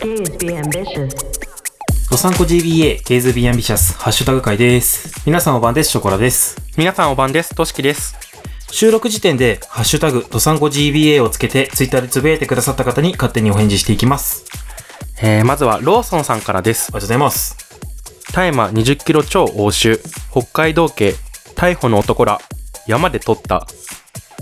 Gays be ambitious. ドサンコ GBA、ケイズビーアンビシャス、ハッシュタグ会です。皆さんお晩です、ショコラです。皆さんお晩です。としきです。収録時点で、ハッシュタグ、ドサンコ GBA をつけて、ツイッターでつぶやいてくださった方に勝手にお返事していきます。あえー、まずはローソンさんからですり。がとうございます。大麻20キロ超押収。北海道警。逮捕の男ら。山で取った。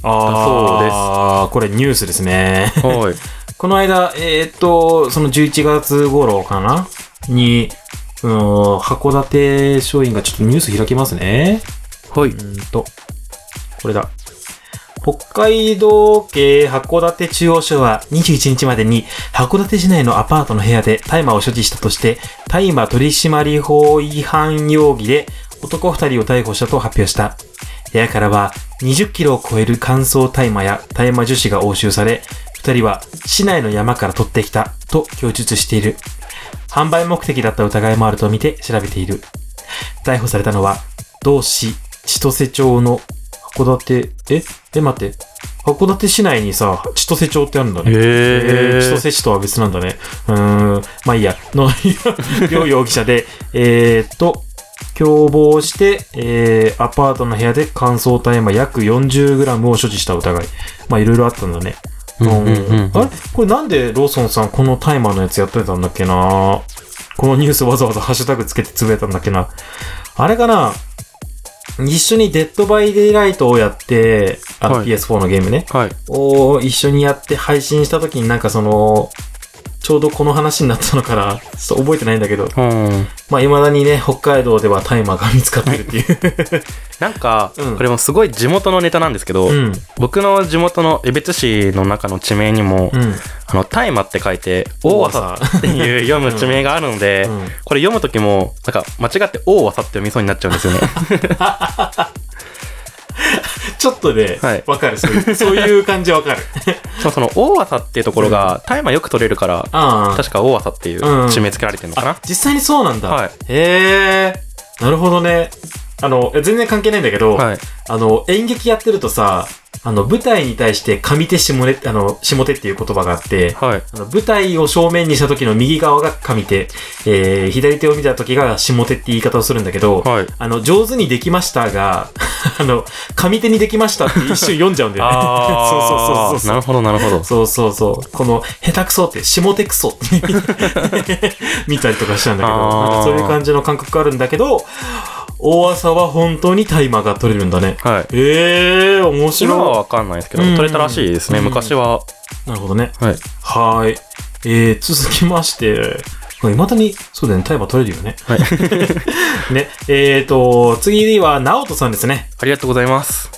あー、これニュースです ね。はい。この間、えーっと、その11月頃かなに、その、函館書院がちょっとニュース開きますね。はい。うーんと、これだ。北海道警函館中央署は21日までに函館市内のアパートの部屋で大麻を所持したとして大麻取締法違反容疑で男2人を逮捕したと発表した。部屋からは20キロを超える乾燥大麻や大麻樹脂が押収され、2人は市内の山から取ってきたと供述している。販売目的だった疑いもあるとみて調べている。逮捕されたのは、同市千歳町の函館、ええ、待って。函館市内にさ、千歳町ってあるんだね。えー千歳市とは別なんだね。うーん、まあいいや。の、 両容疑者で、えーっと、共謀して、えーアパートの部屋で乾燥大麻約 40g を所持した疑い。まあいろいろあったんだね。うんうんうんあれこれなんでローソンさんこの大麻のやつやってたんだっけなこのニュースわざわざハッシュタグつけてつぶやいたんだっけなあれかな一緒にデッドバイデイライトをやって、あのはい PS4 のゲームね。はい。を一緒にやって配信した時になんかその、ちょうどこの話になったのから、ちょっと覚えてないんだけど、うん。まあ未だにね、北海道では大麻が見つかってるっていう。なんか、うんこれもすごい地元のネタなんですけど、うん。僕の地元の江別市の中の地名にも、うん。あの、大麻って書いて、大大麻麻っていう読む地名があるので、うんこれ読むときも、なんか間違って大麻って読みそうになっちゃうんですよね。ちょっとねはい、わ、かる。そう いう、そういう感じわかる。そうその大麻っていうところが、大麻よく取れるから、ああ。確か大麻っていうんう地名付けられてるのかな、実際にそうなんだ。はいへえ。なるほどね。あの、え全然関係ないんだけど、はい。あの、演劇やってるとさ、あの、舞台に対して上手下手、あの、下手っていう言葉があって、はい。あの舞台を正面にした時の右側が上手、えー、左手を見た時が下手って言い方をするんだけど、はい。あの、上手にできましたが、 あの、上手にできましたって一瞬読んじゃうんだよね。あ そうそうそうそうそうなるほど、なるほど。そうそうそう。この、下手くそって、下手くそって 見たりとかしたんだけど、あーなんかそういう感じの感覚があるんだけど、大麻は本当にタイマーが取れるんだね。はい。ええー、面今は白わかんないですけど、うん取れたらしいですね。うん昔は。い。なるほどね。はい。はーい。えー、続きまして、いまだに、そうだよね、タイマー取れるよね。はい。 ね、えーと、次は、ナオトさんですね。ありがとうございます。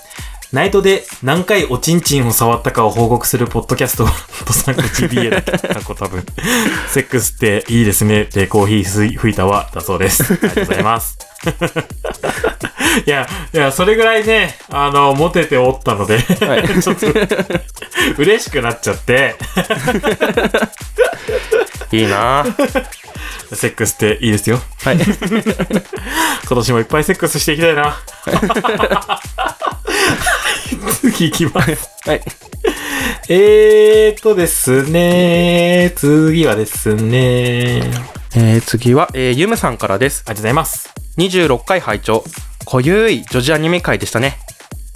ナイトで何回おちんちんを触ったかを報告するポッドキャスト を、とさんこ GBA だった過去多 分。セックスっていいですね。で、コーヒーすい吹いたわ、だそうです。ありがとうございます。いや、いや、それぐらいね、あの、モテておったので、はい。 ちょっと、嬉しくなっちゃって、いいなぁセックスっていいですよ。はい。今年もいっぱいセックスしていきたいな。 次行きます。はい。えーとですね、次はですね、ありがえー、次は、えー、ゆむさんからです。とうございます。 26回拝聴濃ゆい女児アニメ界でしたね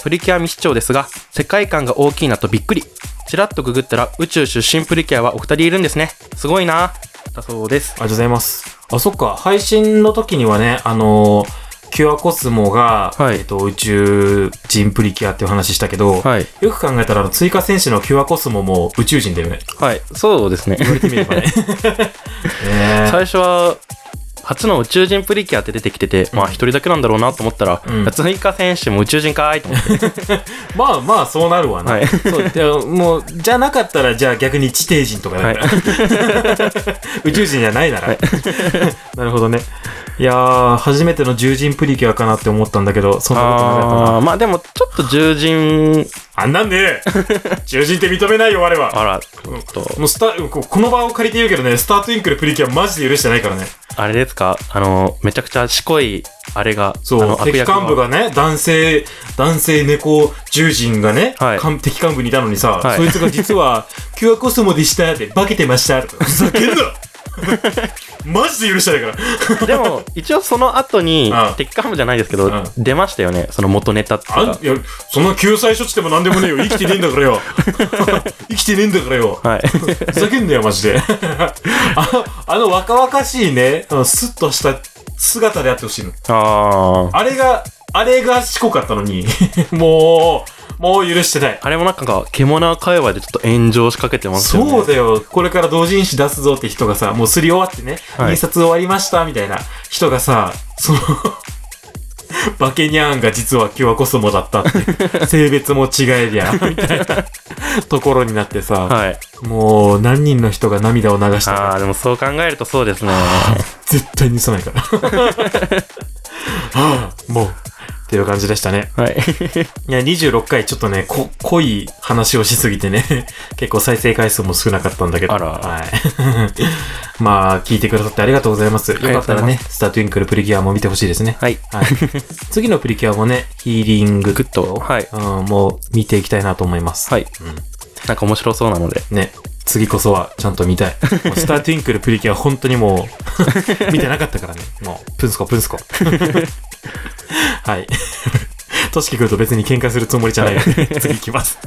プリキュア未視聴ですが世界観が大きいなとびっくりちらっとググったら宇宙出身プリキュアはお二人いるんですねすごいなだそうですありがとうございます。あ、そっか、配信の時にはね、あのキュアコスモが、はいえっと、宇宙人プリキュアっていう話したけど、はいよく考えたら、あの追加戦士のキュアコスモも宇宙人だよね。はいそうですね言われてみれば ね。ねえ最初は初の宇宙人プリキュアって出てきてて、まあ一人だけなんだろうなと思ったら、うん追加選手も宇宙人かーいと思って、まあまあ、そうなるわな。はいそうじゃあもうじゃなかったらじゃあ逆に地 底人とかだから、宇宙人じゃないなら、なるほどねいやー、初めての獣人プリキュアかなって思ったんだけど、そんなことなかったな。 あーまあでも、ちょっと獣人、あんなん ね、獣人って認めないよ、我は。あら、ちょっと、もうスタここの場を借りて言うけどね、スタートインクルプリキュアマジで許してないからね。あれですかあの、めちゃくちゃしこい、あれが、そあうの、悪敵役が幹部がね、男性、男性猫獣人がね、はいかん敵幹部にいたのにさ、はいそいつが実は、キュアコスモでしたって、化けてましたとかふざけん なマジで許してないから。でも、一応その後にうん、敵幹部じゃないですけど、うん出ましたよね、その元ネタっていうあんか。いや、そんな救済処置でもなんでもねえよ。生きてねえんだからよ。生きてねえんだからよ。はい。 ふざけんなよ、マジで。あの、あの若々しいね、あのスッとした姿であってほしいの。あー。あれが、あれがしこかったのに、もう、もう許してない。あれもなんか、獣界隈でちょっと炎上しかけてますよね。そうだよ。これから同人誌出すぞって人がさ、もうすり終わってね、はい印刷終わりました、みたいな人がさ、その、バケニャーンが実は今日はコスモだったって いう、性別も違えりゃ、みたいなところになってさ、はい。もう何人の人が涙を流したあかー、でもそう考えるとそうですね。絶対に許さない から。はあもう、っていう感じでしたね。はい。いや、26回ちょっとね、こ、濃い話をしすぎてね、 結構再生回数も少なかったんだけど。あらはい。 まあ、聞いてくださってありがとうございます。よりがとかうったございますらね、スタートゥインクルプリキュアも見てほしいですね。はい。 はい。次のプリキュアもね、ヒーリンググッドはいうん、もう見ていきたいなと思います。はい。なんか面白そうなので。ね、次こそはちゃんと見たい。もうスタートゥインクルプリキュア本当にもう、見てなかったからね。もう、プンスコプンスコ。はい。としきくんと別に喧嘩するつもりじゃないので、次行きます。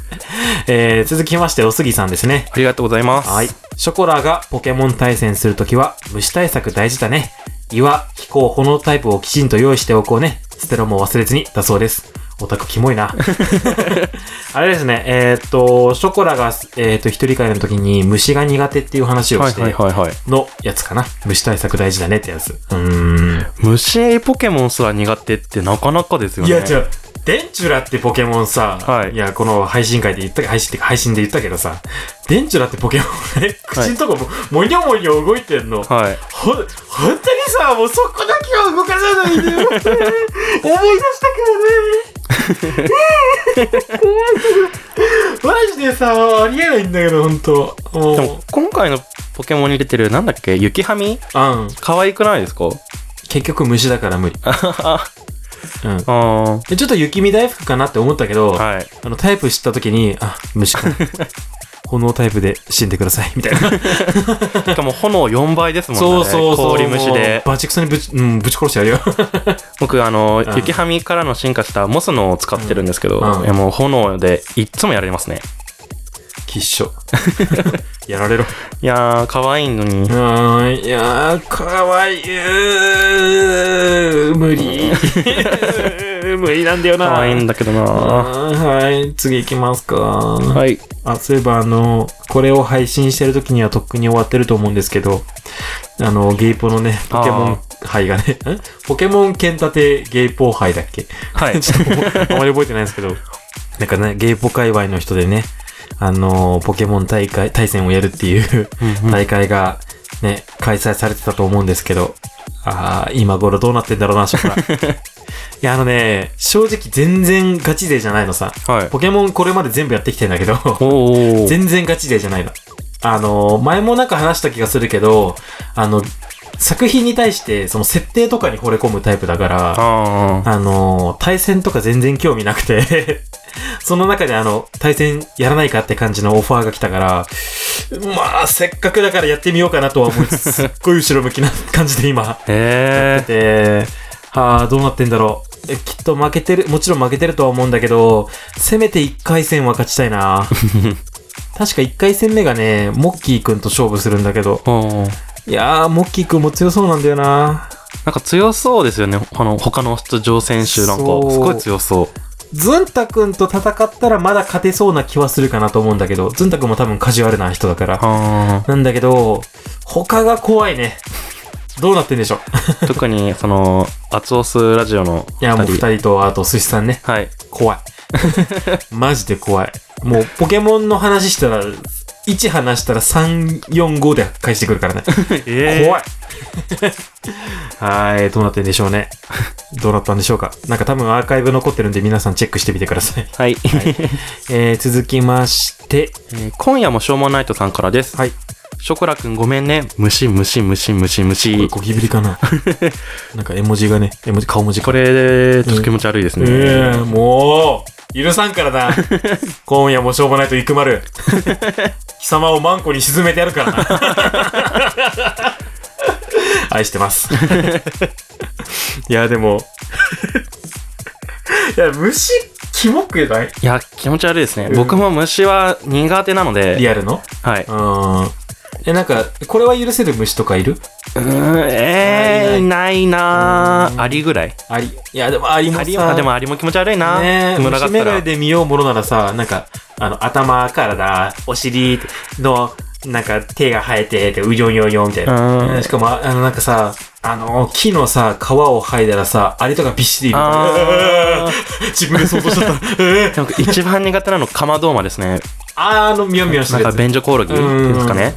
えー、続きまして、おすぎさんですね。ありがとうございます。はい。ショコラがポケモン対戦するときは、虫対策大事だね。岩、気候、炎タイプをきちんと用意しておこうね。ステロも忘れずに、だそうです。オタクキモい な。あれですね、えーっと、ショコラが、えーっと、一人会の時に虫が苦手っていう話をはいして、はいはいはい。のやつかな。虫対策大事だねってやつ。うーん。虫ポケモンすら苦手ってなかなかですよいね。や、違う。デンチュラってポケモンさ、はいや、この配信会で言った、配信ってか配信で言ったけどさ、デンチュラってポケモンね、口のとこも、もにょもにょ動いてんの。はい。ほ、本当にさ、もうそこだけは動かさないでよ。思い出したくらね。怖いけど。マジでさ、ありえないんだけど、本当もうでも、今回のポケモンに出てる、なんだっけ、雪はみうん。可愛くないですか結局虫だから無理。 あうん。あでちょっと雪見大福かなって思ったけど、ー。はい。あの、タイプ知った時に、あ、虫 か。炎タイプで死んでください、みたいな。しかも炎4倍ですもんね。そうそうそう。氷虫で。バチクソにぶち、うん、ぶち殺してやるよ。 僕、あのうん、雪はみからの進化したモスのを使ってるんですけど、うんうんいやもう炎でいっつもやられますね。きっし ょ。やられろ。いやー、可愛いのに。うーん、いやー、かわいい。うー無理。 無理なんだよな。可愛いんだけどなあーはい、次行きますか。はい。あ、そういえばあの、これを配信してる時にはとっくに終わってると思うんですけど、あの、ゲイポのね、ポケモン杯がね、んポケモン剣立てゲイポ杯だっけはい。 ちょっとあまり覚えてないんですけど、なんかね、ゲイポ界隈の人でね、あのーポケモン大会、対戦をやるっていううん大会がね、開催されてたと思うんですけど、ああ、今頃どうなってんだろうな、シ ョコラ。いや、あのね、正直全然ガチ勢じゃないのさ。はい。ポケモンこれまで全部やってきてんだけど、おー。全然ガチ勢じゃないの。あの、前もなんか話した気がするけど、あの、作品に対して、その設定とかに惚れ込むタイプだから、あー。あの、対戦とか全然興味なくて、 その中であの、対戦やらないかって感じのオファーが来たから、まあ、せっかくだからやってみようかなとは思いつつ、すっごい後ろ向きな感じで今、えで、はあ、どうなってんだろう。えきっと負けてる、もちろん負けてるとは思うんだけど、せめて1回戦は勝ちたいな。確か1回戦目がね、モッキーくんと勝負するんだけど。ー。おー。いやー、モッキーくんも強そうなんだよな。なんか強そうですよね。あの、他の出場選手なんか、すそうごい強そう。ズンタくんと戦ったらまだ勝てそうな気はするかなと思うんだけど、ズンタくんも多分カジュアルな人だから。あなんだけど、他が怖いね。どうなってんでしょう。ー特に、その、アツオスラジオのいや、もう2人と、あと、寿司さんね。はい。 怖い。マジで怖い。もう、ポケモンの話したら、1話したら3、4、5で返してくるからね。え怖い。はい、どうなってんでしょうね。どうなったんでしょうか。なんか多分アーカイブ残ってるんで皆さんチェックしてみてください。はい、えー、続きまして、 えー今夜もしょうもないとさんからです。はい、ショコラくんごめんね。虫虫虫虫これ虫。ゴキブリか な。なんか絵文字がね、絵文字、顔文字かこれ、ちょっと気持ち悪いですね。ええもう、許さんから な。今夜もしょうもないとくまる。貴様をマンコに沈めてやるからな。愛してます。いや、でも、いや、虫、キモくないいや、気持ち悪いですね。うん僕も虫は苦手なので。リアルの。はいん。うえ、なんか、これは許せる虫とかいるうーん、えー、ないなー。アリぐらい。アリ。いや、でもアリもさ。アリは、でもアリも気持ち悪いな。ねえ、群がった虫眼ら鏡。で見ようものならさ、なんか、あの、頭からだ、お尻の、なんか、手が生えて、で、うよんよんよんみたいうんな。しかも、ああの、なんかさ、あの、木のさ、皮を剥いだらさ、あれとかびっしりいる。あ 自分で想像しちゃった。 えーなんか一番苦手なのカマドーマですね。あの、みょんみょんしなてんるかやつ。便所コオロギっていうんですかね。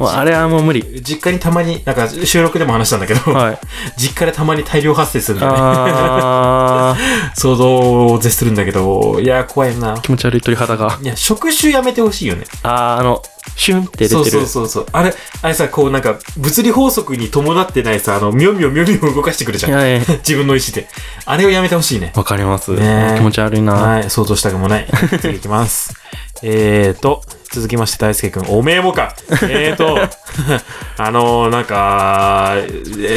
もうあれはもう無理。実家にたまに、なんか収録でも話したんだけど、はい。 実家でたまに大量発生するんだよね。あー、想像を絶するんだけど、いや、怖いな。気持ち悪い鳥肌が。いや、触手やめてほしいよね。あー、あの、シュンって出てそる。うそうそうそう。あれ、あれさ、こうなんか、物理法則に伴ってないさ、あの、みょみょみょみょ動かしてくるじゃん。はい。自分の意思で。あれをやめてほしいね。わかります。ねえ気持ち悪いな。はい、想像したくも ない。次いきます。えーと、続きまして大輔くん、おめえもか。えーと、 あのー、なんか、え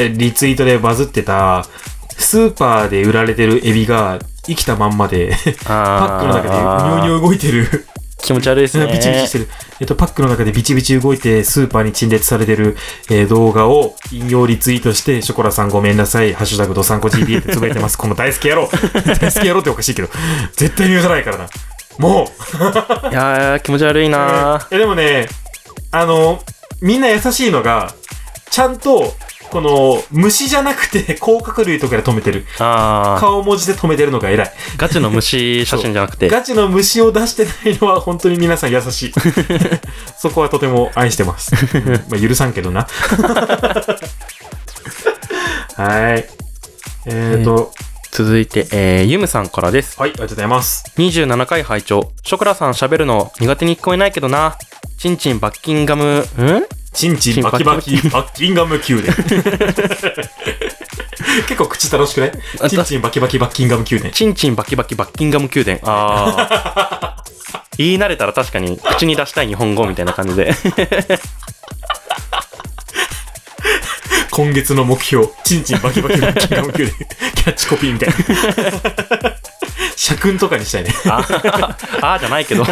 ーリツイートでバズってた、スーパーで売られてるエビが生きたまんまで、パックの中でうにょうにょょ動いてる。気持ち悪いですね。ビチビチしてる。えっと、パックの中でビチビチ動いて、スーパーに陳列されてる、えー動画を引用リツイートして、ショコラさんごめんなさい、ハッシュタグドサンコ GD ってつぶやいてます。この大好き野郎 大好き野郎っておかしいけど、絶対に許さないからな。もういやー、気持ち悪いなー。えでもね、あの、みんな優しいのが、ちゃんと、この、虫じゃなくて、 甲殻類とかで止めてる。あー、顔文字で止めてるのが偉い。ガチの虫写真じゃなくて。ガチの虫を出してないのは本当に皆さん優し い。そこはとても愛して ます。まあ許さんけどな。はい。えーと、続いて、えー、ゆむさんからです。はい、ありがとうございます。 27回拝聴ショクラさん喋るの苦手に聞こえないけどな。チンチンバッキンガム、んチンチンバキバキ、バッキンガム宮殿。 結構口楽しくないあチンチンバキバキバッキンガム宮殿。チンチンバキバキバッキンガム宮殿。あ ー。言い慣れたら確かに口に出したい日本語みたいな感じで。今月の目標、チンチンバキバキバッキンガム 宮殿。キャッチコピーみたいな。 社訓とかにしたいね。 あーじゃない けど。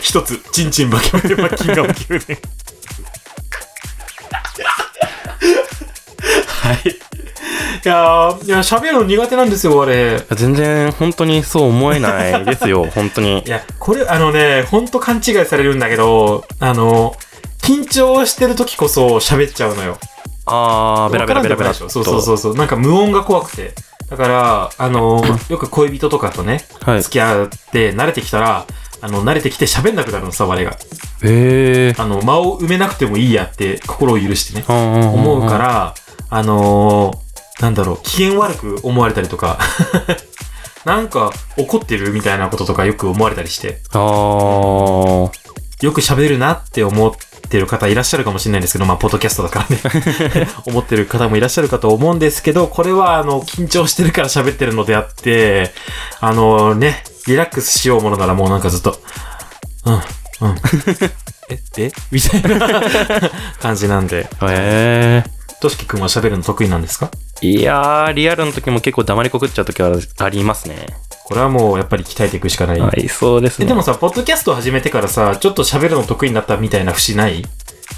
一つ、チンチンバキバキバッキンガム宮殿。はい。いやー、いや、喋るの苦手なんですよ、あれ。全然本当にそう思えないですよ、本当にい。や、これ、あのね、ほんと勘違いされるんだけど、あの、緊張してる時こそ喋っちゃうのよ。あー、ベラベラベラベラわっからんでもないでしと。ょそうそうそうそう。なんか無音が怖くて。だから、あ の、よく恋人とかとね、はい。付き合って慣れてきたら、あの、慣れてきて喋んなくなるのさ、我が。へえ。あの、間を埋めなくてもいいやって心を許してね。思思うから、あのー、なんだろう、機嫌悪く思われたりとか、 なんか怒ってるみたいなこととかよく思われたりして、あー。よく喋るなって思ってる方いらっしゃるかもしれないんですけど、まあ、ポッドキャストだから ね、思ってる方もいらっしゃるかと思うんですけど、これは、あの、緊張してるから喋ってるのであって、あのね、リラックスしようものならもうなんかずっと、 うん、うん。え、えみたいな 感じなんで。へえ。としきくんは喋るの得意なんですかいやー、リアルの時も結構黙りこくっちゃう時はありますね。これはもうやっぱり鍛えていくしかない。はい、そうですえね。でもさ、ポッドキャストを始めてからさ、ちょっと喋るの得意になったみたいな節ない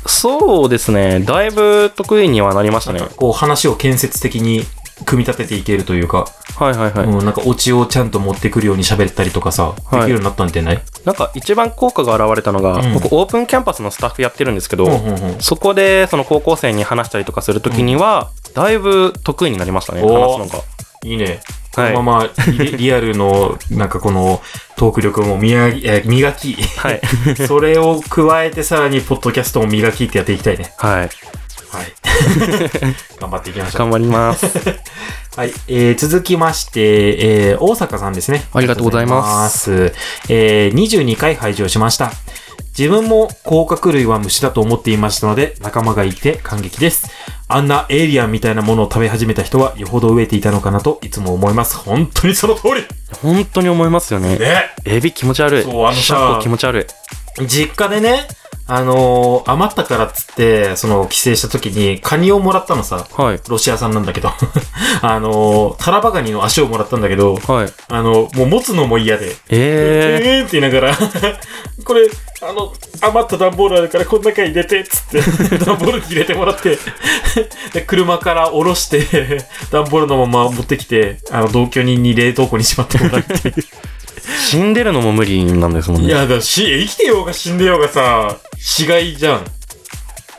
そうですね。だいぶ得意にはなりましたね。はこう話を建設的に組み立てていけるというか、いはいはい。うん、なんかオチをちゃんと持ってくるように喋ったりとかさ、できいるようになったんじゃない、なんか一番効果が現れたのが、うん僕オープンキャンパスのスタッフやってるんですけど、うんうんうん。そこでその高校生に話したりとかする時には、だいぶ得意になりましたね、おー話すのが。いいね。このまま リリアルの、なんかこのトーク力も磨き、えー磨 き、はい。それを加えてさらにポッドキャストも磨きってやっていきたいね。はい。 はい。頑張っていきましょう。頑張ります。はい、えー続きまして、えー大阪さんですね。。ありがとうございますえー22回排除しました。自分も甲殻類は虫だと思っていましたので、仲間がいて感激です。あんなエイリアンみたいなものを食べ始めた人は、よほど飢えていたのかなといつも思います。本当にその通り 本当に思いますよね。ねエビ気持ち悪い。そうあのさシャープ気持ち悪い。実家でね、あのー余ったからっつって、その、帰省した時に、カニをもらったのさ。はい。ロシア産なんだけど。 あのータラバガニの足をもらったんだけど、はい。あの、もう持つのも嫌で。ええーって言いながら、 これ、あの、余った段ボールあるからこの中に入れて、っつ って、段ボールに入れてもらって、で車から下ろして、段ボールのまま持ってきて、あの、同居人に冷凍庫にしまってもらって。ー、死んでるのも無理なんですもんいね。や、だからし、生きてようが死んでようがさ、死骸じゃん。あ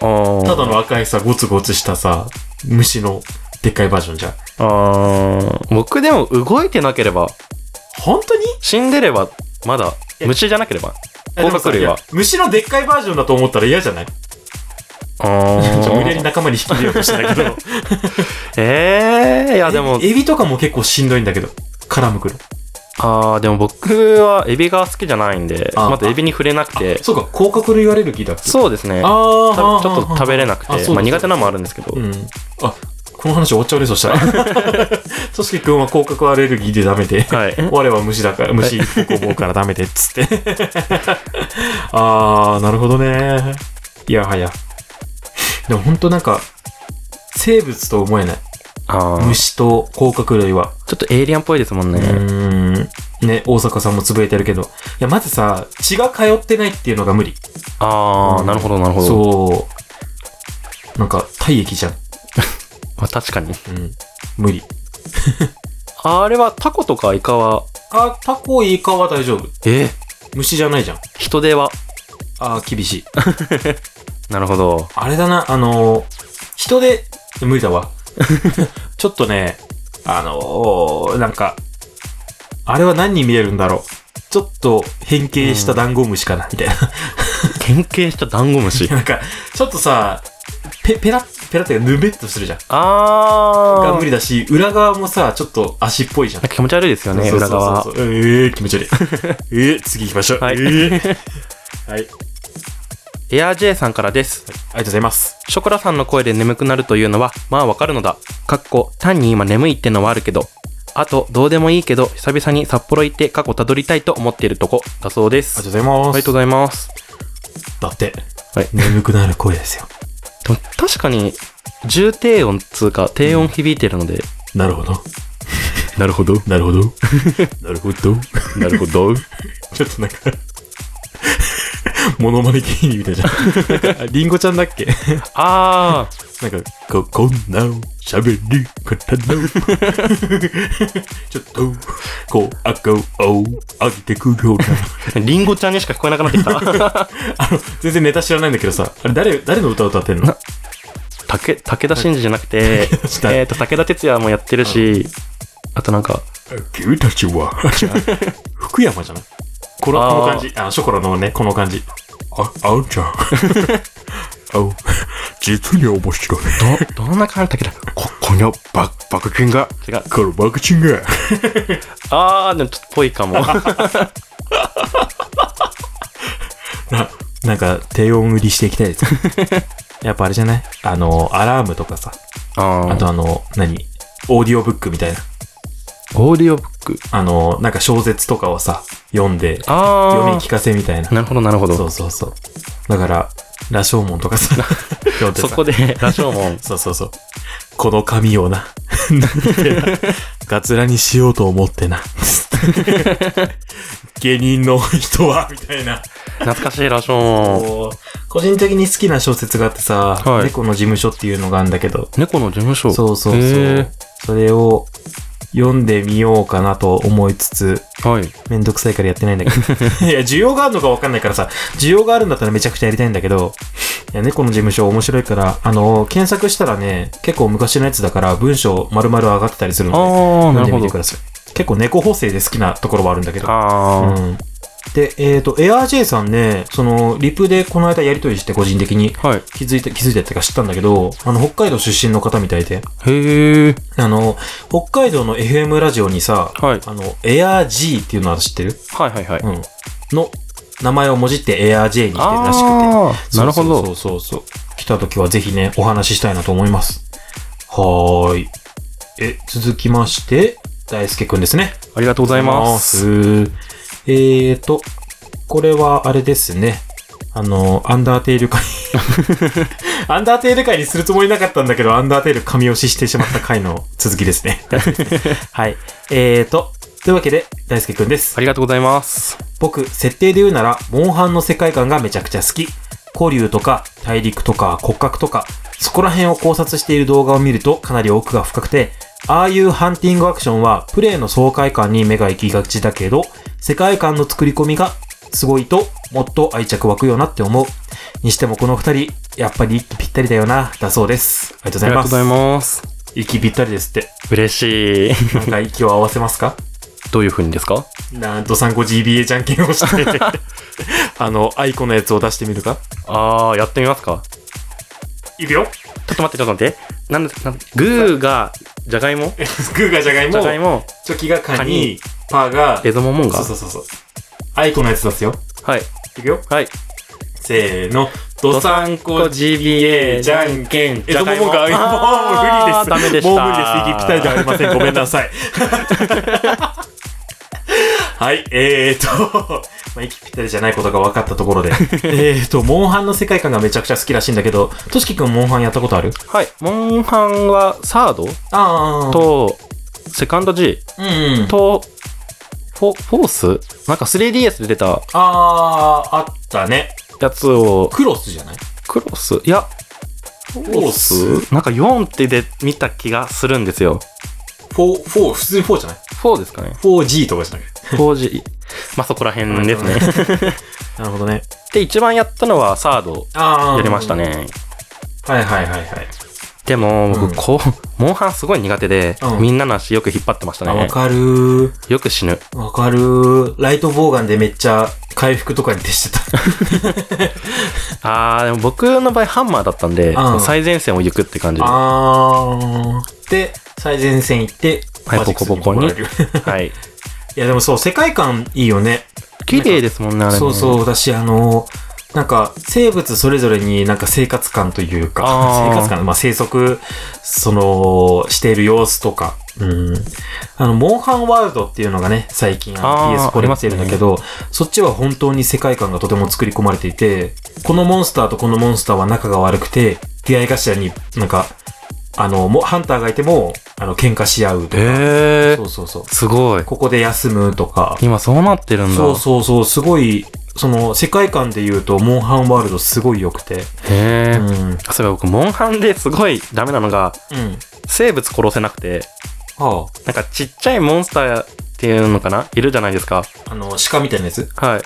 ーただの赤いさ、ゴツゴツしたさ、虫のでっかいバージョンじゃん。あー僕でも動いてなければ、本当に死んでれば、まだ、え虫じゃなければ。えでも甲さ殻類はいや。虫のでっかいバージョンだと思ったら嫌じゃないあちょ無理やりー仲間に引き入れようとしたんだけど。えー、いやでもエ、ビエビとかも結構しんどいんだけど絡むくるあーでも僕はエビが好きじゃないんで、あーまだエビに触れなくて、そうか甲殻類アレルギーだっけそうですあね。ーたはあちょっと食べれなくあそうて、だまあ苦手なのもあるんですけど、うんあこの話終わっちゃうねそしたら 組織君は甲殻アレルギーでダメではい。我は虫だから虫僕思うからダメでっつって ああなるほどねいやはやでもほんとなんか生物と思えないあー虫と甲殻類はちょっとエイリアンっぽいですもんうね。ーんね大阪さんもつぶれてるけどいやまずさ血が通ってないっていうのが無理あうー、んなるほど、なるほど。そう。なんか、体液じゃん。まあ確かに。うん。無理。あれはタコとかイカは、あ、タコ、イカは大丈夫。えー虫じゃないじゃん。人手は、あー、厳しい。なるほど。あれだな、あのー人で、無理だわ。 ちょっとね、あのーなんか、あれは何に見えるんだろう。ちょっと変形したダンゴムシかな、みたいな。 変形したダンゴムシ。なんか、ちょっとさ、ペ、ペラッ、ペラッっていうかぬべっとするじゃん。があ無ー。理だし、裏側もさ、ちょっと足っぽいじゃんなん。か気持ち悪いですよね、そうそう裏そう側そ。う。ええ気持 ち悪い。ええ次行きましょう。はいえーはい。ありがエアー J さんからです。とうございます。ショコラさんの声で眠くなるというのは、まあわかるのだ。かっこ、単に今眠いってのはあるけど。あと、どうでもいいけど、久々に札幌行って過去たどりたいと思っているとこ、だそうでありす。がとうございます。ありがとうございます。だって、はい眠くなる声ですよ。でも確かに、重低音つうか、低音響いてるので。なるほど。なるほど。なるほど。なるほど。なるほど。 ちょっとなんか。モノマネ芸人みたいじゃん。なん か、リンゴちゃんだっけあなんか、こ、こんな喋り方 の。ちょっと、こう、赤を上げてくるような。ー、 リンゴちゃんにしか聞こえなくなってきた。 あの、全然ネタ知らないんだけどさ、あれ誰、誰の歌歌ってんのな竹、武田真治じゃなくて、したえっと、武田鉄矢もやってるし、あとなんか、君たちは、福山じゃないこのあーこの感じ。あ、ショコラのね、この感じ。あ、あうちゃ ん。あう、実に面白い。ど、どんな感じだっけなこ、このバク、バク君が。違う。このバクチンが。 あー、でもちょっとぽいかも。な、なんか、低音売りしていきたいです。 やっぱあれじゃないあの、アラームとかさ。ああとあの、何オーディオブックみたいな。オーディオブック。あの、なんか小説とかをさ、読んで、読みあ聞かせみたいなー。。なるほど、なるほそど。うそうそう。だから、羅生門とか さ、読んでそさこで、ラショーモン。そうそうそう。この髪をな、 ガツラにしようと思 ってな。下人の人は、みたいな。懐かしいラショーモン。こう個人的に好きな小説があってさ、はい猫の事務所っていうのがあるんだけど、猫の事務所。そうそうそへう。それを読んでみようかなと思いつつ、ーはい。めんどくさいからやってないんだけ ど。いや、需要があるのかわかんないからさ、需要があるんだったらめちゃくちゃやりたいんだけど、いや、猫の事務所面白いから、あの、検索したらね、結構昔のやつだから文章丸々上がってたりするので、あー、な読んるでほみてどく。ださい。結構猫補正で好きなところはあるんだけど。あー、うんで、えっ、と、エアー J さんね、その、リプでこの間やりとりして個人的にはい。気づいて、気づいてっていうか知ったんだけど、あの、北海道出身の方みたいで、へえ。あの、北海道の FM ラジオにさ、はいあの、エアー G っていうのは知ってるはいはいはい。うん。の、名前をもじってエアー J にしてるらしくて。あーなるそほど。うそうそうそう。来た時はぜひね、お話ししたいなと思います。はーい。え、続きまして、大輔くんですね。ありがとうございます。す。えーと、これはあれですね。あの、アンダーテール 会。アンダーテール会にするつもりなかったんだけど、アンダーテール神押ししてしまった回の続き ですね。はい。えーと、というわけで、大輔くんです。ありがとうございます。僕、設定で言うなら、モンハンの世界観がめちゃくちゃ好き。古竜とか、大陸とか、骨格とか、そこら辺を考察している動画を見るとかなり奥が深くて、ああいうハンティングアクションは、プレイの爽快感に目が行きがちだけど、世界観の作り込みがすごいと、もっと愛着湧くよなって思う。にしてもこの二人、やっぱり息ぴったりだよな、だそうです。ありがとうあごりざいがとうまごす。ざいます。息ぴったりですって。嬉しい。なんか息を合わせますか どういう風にですかなんと 35GBA じゃんけんをして、 あの、アイコのやつを出してみるかあー、やってみますかいくよちょっと待って、ちょっと待って。なんで、なんグーが、じゃがいもじグーがじゃがいもゃ、がいも、チョキがカカニニ、パーが、エゾモモンそガう。そうそうそう。アイコのやつ出すよ。はい。いくよ。はい。せーの。ドサンコ GBA じゃんけん。じゃがいエゾモもモガあーもう無理です。ダメでしたもう無理です。息ぴったりではありません。ごめんな さい。はい、えーと、まあ、息ぴったりじゃないことが分かったところ で。えーと、モンハンの世界観がめちゃくちゃ好きらしいんだけど、としきくんモンハンやったことあるはい。モンハンは、サードああ。、と、セカンド G うんうん。と、フォフォースなんか 3DS で出たああ、あったね。やつを、クロスじゃないクロスいや、フォフォースなんか4ってで見た気がするんですよ。フォー、フォー、普通に4じゃない4ですかね ?4G とかじゃなく ?4G。まあそこら辺ですね。なるほどね。 で、一番やったのはサードああ。やりました。ね。はいはいはいはい。でも、僕、うんこう、モンハンすごい苦手で、うんみんなの足よく引っ張ってましたあ、わね。かるー。よく死ぬ。わかるー。ライトボーガンでめっちゃ回復とかに徹 してた。あー、でも僕の場合ハンマーだったんで、うん最前線を行くって感じで。はあー。で、最前線行って、はいマジックスボコボコに怒られるい。いやでもそう、 世界観いいよね。綺麗ですもんね、あれね。そうう。そう、私、あの、なんか、生物それぞれになんか生活感というか、あー生活感、まあ、生息、その、している様子とか、うん。あの、モンハンワールドっていうのがね、最近、あのあー PS これ見てるんだけど、そっちは本当に世界観がとても作り込まれていて、このモンスターとこのモンスターは仲が悪くて、出会い頭になんか、あの、もハンターがいても、あの、喧嘩し合うとか、えそー、うそうそう。すごい。ここで休むとか、今そうなってるんだ。そうそうそう、すごい、その、世界観で言うと、モンハンワールドすごい良くて。へうえ、ん。うん。そういえば僕、モンハンですごいダメなのが、生物殺せなくて、はなんかちっちゃいモンスターっていうのかないるじゃないですか。あ。あの、鹿みたいなやつはい。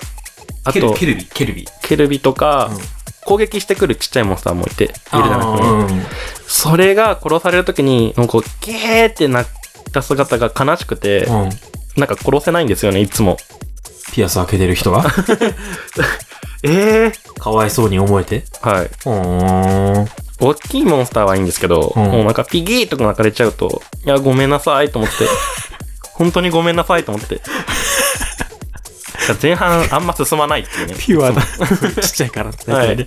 あケルと、ケルビ、ケルビ。ケルビとか、うん攻撃してくるちっちゃいモンスターもいて、いるじゃないですか、あーうんそれが殺されるときに、なんか、ゲーってなった姿が悲しくて、うん。なんか殺せないんですよね、いつも。ピアス開けてる 人がええかわいそうに思えて。はい。うーん。大きいモンスターはいいんですけど、うんもうなんかピギーとか泣かれちゃうと、いや、ごめんなさいと 思って。本当にごめんなさいと思って。だから前半あんま進まないっていうね。ピュアだ。ちっちゃいからってはいね。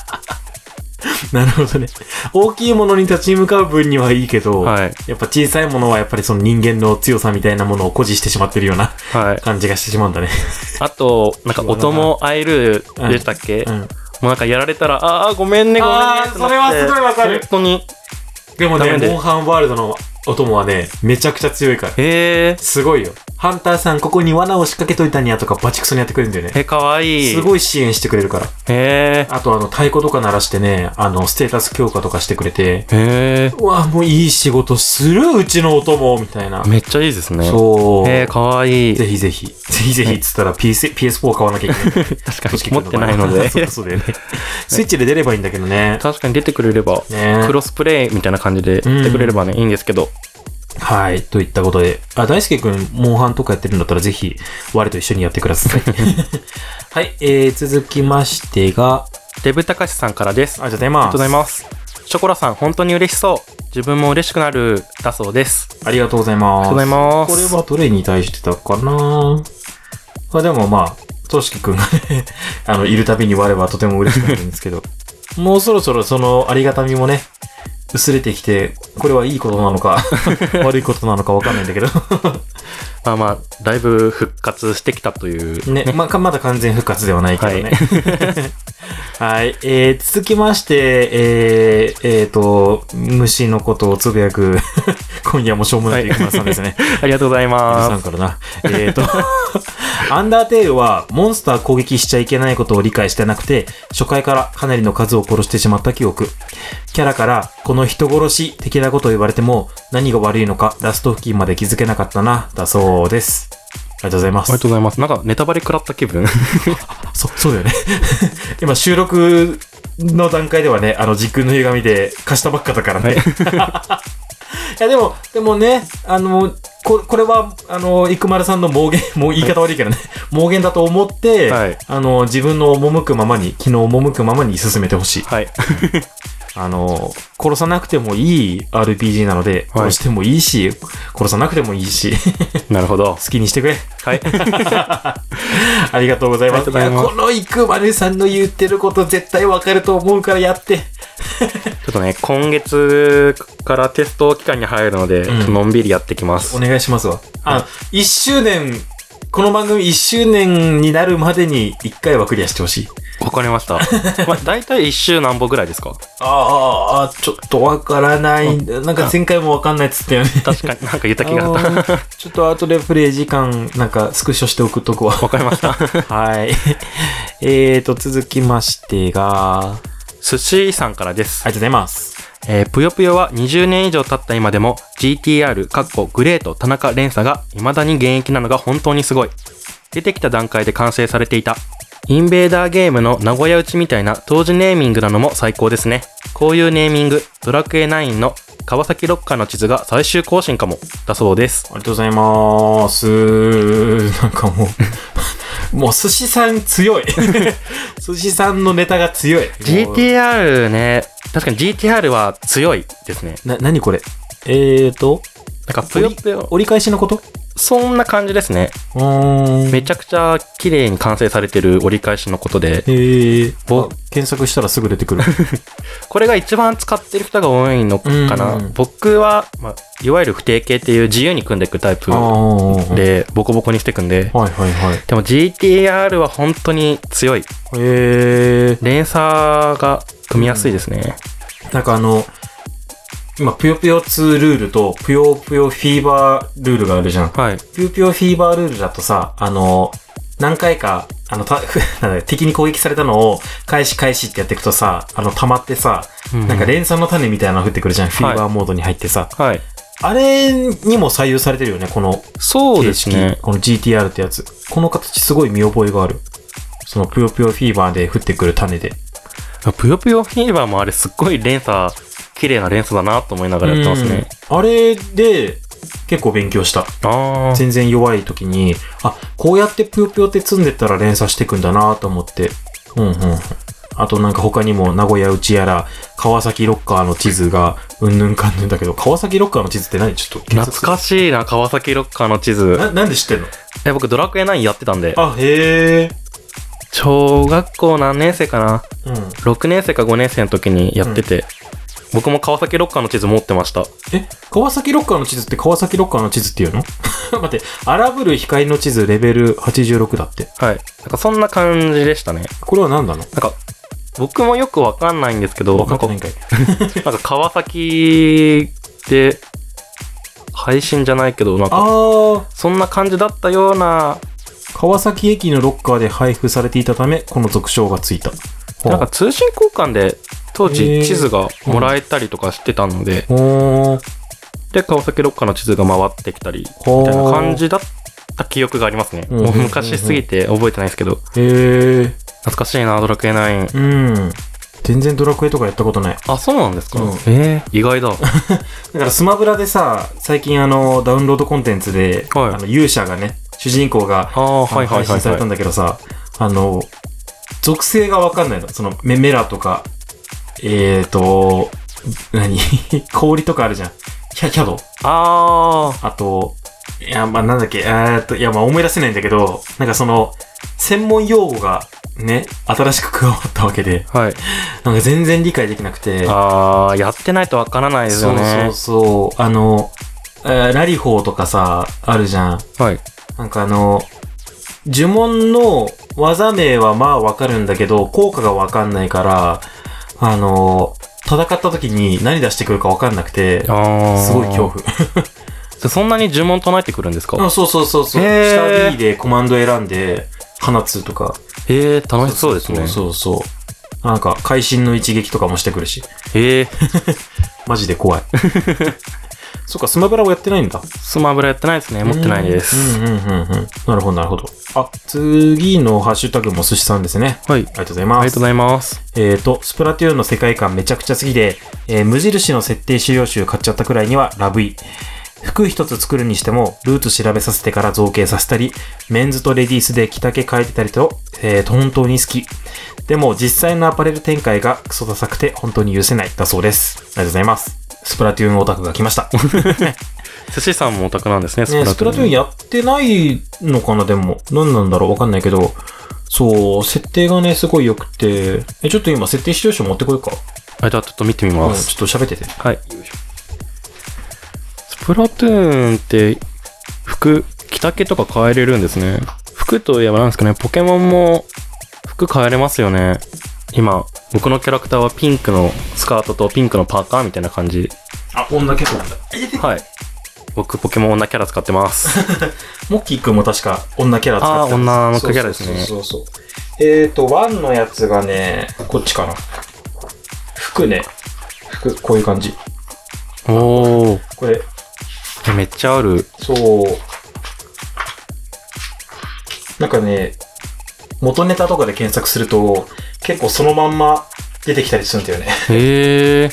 なるほどね。大きいものに立ち向かう分にはいいけど、はい。やっぱ小さいものはやっぱりその人間の強さみたいなものを誇示してしまってるようなはい。感じがしてしまうんだね。あと、なんか、音も会えるでしたっけ、うもん。うなんかやられたら、ああ、ごめんね、ごめんあねーってなそって。れはすごいわかる本当に。でもね、ダメでモンハンワールドのお供はね、めちゃくちゃ強いから。へーすごいよ。ハンターさん、ここに罠を仕掛けといたにゃとか、バチクソにやってくれるんだよね。え、かわいい。すい。ごい支援してくれるから。へーあと、あの、太鼓とか鳴らしてね、あの、ステータス強化とかしてくれて、へうわ、もういい仕事する、うちのお供みたいなー。めっちゃいいですね。そう。へーかわいい。ぜひぜひ。ぜひぜひっつったら PS PS4 買わなきゃいけない。 確かに持ってないの で。そうだそうだよね。スイッチで出ればいいんだけどね。確かに出てくれれば、ねクロスプレイみたいな感じでうん出てくれればね、いいんですけど、はい。といったことで、あ、大輔くん、モンハンとかやってるんだったら、ぜひ、我と一緒にやってくだ さい。はい。えー、続きましてが、デブたかしさんからです。ありありがとうございます。がとうございます。ショコラさん、本当に嬉しそう。自分も嬉しくなる、だそうです。ありがとうございます。ありがとうございますこれはどれに対してだかなあでもまあ、としきくんがね、 あの、いるたびに我はとても嬉しくなるんですけ ど、もうそろそろそのありがたみもね、薄れてきて、これはいいことなの か、悪いことなのかわかんないんだけど、まあまあ、だいぶ復活してきたという。ね、まあ、かまだ完全復活ではないけどね。 はい、えー、続きまして、えー、えーと、虫のことをつぶやく、 今夜もしょうもないという熊さんですね。 ありがとうございさま。んからな。えっ、 と、アンダーテールはモンスター攻撃しちゃいけないことを理解してなくて、初回からかなりの数を殺してしまった記憶。キャラから、この人殺し的なことを言われても、何が悪いのかラスト付近まで気づけなかったな、だそうです。ありがとうございますありがす。とうございます。なんか、ネタバレ食らった気分。そ、そうだよね。 今収録の段階ではね、あの時空の歪みで貸したばっかだからね。いやでも、でもね、あの、ここれは、あの、生丸さんの妄言、もう言い方悪いけどね、妄言だと思って、はいあの、自分の赴くままに、昨日赴くままに進めてほしい。はい。あの、殺さなくてもいい RPG なので、はい殺してもいいし、殺さなくてもいいし、 なるほど。好きにしてくれ。はい。ありがとうございます。ありがとうございまいすやこの生丸さんの言ってること絶対わかると思うからやって。ちょっ とね、今月からテスト期間に入るので、んのんびりやってきます。お願いしますわ。あ、1周年、この番組1周年になるまでに1回はクリアしてほしい。わかりました。まあ、大体一周何本ぐらいですかああ、あちょっとわからない。なんか前回もわかんないっつったよね。確かになんか言った気があっあのー ちょっと後でプレイ時間、なんかスクショしておくとこた。わは。かりました。 はい。 えーと、続きましてが、あり寿司さんからです。がとうございます。えー、ぷよぷよは20年以上経った今でも GTR、かっこグレート、田中連鎖が未だに現役なのが本当にすごい。出てきた段階で完成されていた。インベーダーゲームの名古屋打ちみたいな当時ネーミングなのも最高ですね。こういうネーミング、ドラクエ9の川崎ロッカーの地図が最終更新かも、だそうです。ありがとうございます。 なんかも う、もう寿司さん 強い。寿司さんのネタが強い。もう GTR ね、確かに GTR は強いですね。な、なにこれえーと、なんかぷよぷよ、折り返しのことそんな感じですね。うーん。めちゃくちゃ綺麗に完成されてる折り返しのことで、えー、ぼあ検索したらすぐ出て くる。これが一番使ってる人が多いのかな。うん僕は、まあ、いわゆる不定形っていう自由に組んでいくタイプあー。で、ボコボコにしていくんで、はいはいはい。でも GTR は本当に強い。え連鎖が組みやすいですね。ー、なんかあの、今、ぷよぷよ2ルールと、ぷよぷよフィーバールールがあるじゃん。はい。ぷよぷよフィーバールールだとさ、あの、何回か、あの、た なんだよ敵に攻撃されたのを、返し返しってやっていくとさ、あの、溜まってさ、うんなんか連鎖の種みたいなの降ってくるじゃん。フィーバーモードに入ってさ。はい。あれにも採用されてるよね、このそうで形す式。ね。この GTR ってやつ。この形すごい見覚えがある。そのぷよぷよフィーバーで降ってくる種で。ぷよぷよフィーバーもあれすっごい連鎖、綺麗な連鎖だなと思いながらやってますね。うんあれで、結構勉強した。あー。全然弱い時に、あ、こうやってぷよぷよって積んでったら連鎖していくんだなと思って。うんうんうん。あとなんか他にも名古屋うちやら、川崎ロッカーの地図が、うんぬんかんぬんだけど、川崎ロッカーの地図って何ちょっと検懐索すかしいな、川崎ロッカーの地図る。。な、なんで知ってんのえ、僕ドラクエ9やってたんで、あ、へえ。小学校何年生かなうん。 6年生か5年生の時にやってて、僕も川崎ロッカーの地図持ってましたえ、川崎ロッカーの地図って川崎ロッカーの地図って言うの 待って、荒ぶる光の地図レベル86だって。はいなんかそんな感じでしたねこれは何なのなんか僕もよくわかんないんですけどわかってないんかい。なんかなんか川崎で配信じゃないけどなんあかー、そんな感じだったような川崎駅のロッカーで配布されていたため、この俗称がついた。ほうなんか通信交換で当へ時ー地図がもらえたりとかしてたので、ほーで川崎ロッカーの地図が回ってきたりほみうたいな感じだった記憶がありますね、うんもう昔すぎて覚えてないですけどへえ。懐かしいなドラクエ9うん。全然ドラクエとかやったことない。あ、そうなんですか、うんえー、意外だ。だからスマブラでさ、最近あの、ダウンロードコンテンツで、はいあの勇者がね、主人公があああ、のはいはい配は信い、されたんはだけどさ、あの、属性がわかんないの。その、メメラとか、えーと、何 氷とかあるじゃん。キャキャドい。ああと、いや、まあ、なんだっけ、えーっと、いや、まあ、思い出せないんだけど、なんかその、専門用語が、ね、新しく加わったわけで、あ、はい。なんか全然理解できなくて、ああ、やってないとわからないですそようそねう。そう、あの、えーラリホーとかさ、あるじゃん。はい。なんかあの、呪文の技名はまあわかるんだけど、効果がわかんないから、あの、戦った時に何出してくるかわかんなくて、ああ。すごい恐 怖。怖。そんなに呪文唱えてくるんですかあそうそうそうそう。へー下 B でコマンド選んで、放つとか。ええー、楽しそうですね。そうそうそう。なんか、会心の一撃とかもしてくるし、ええー、マジで 怖い。そっか、スマブラをやってないんだ。スマブラやってないですね。持ってないです。うんうんうんうん。なるほど、なるほど。あ、次のハッシュタグも寿司さんですね。はあい。りがとうございありがまとうすご。ざいます。えー、と、スプラトゥーンの世界観めちゃくちゃ好きで、えー無印の設定資料集買っちゃったくらいにはラブイ。服一つ作るにしても、ルーツ調べさせてから造形させたり、メンズとレディースで着丈変えてたりと、えーと本当に好き。でも実際のアパレル展開がクソダサくて本当に許せないだそうです。ありがとうございます。スプラトゥーンオタクが来ました。ね、寿司さんもオタクなんですね、スプラスプトゥラーン。トゥーンやってないのかなでも。何なんだろうわかんないけど。そう、設定がね、すごい良くて。え、ちょっと今、設定資料集持ってこようか。あじゃあちょっと見てみうん、まちす。ょっと喋ってて。はい。スプラトゥーンって、服、着丈とか変えれるんですね。服といえばなんですかね、ポケモンも服変えれますよね。今、僕のキャラクターはピンクのスカートとピンクのパーカーみたいな感 じ。あ、女キャラなんだ。はい。僕、ポケモン女キャラ使ってます。モッキーくんも確か女キャラ使ってたあー女の子キャラですそうそねうそうそうえーと、ワンのやつがね、こっちかな。服ね。服、こういう感じ。 おーこれ、えめっちゃある。そう。なんかね、元ネタとかで検索すると、結構そのまんま出てきたりするんだよね。へえ。えー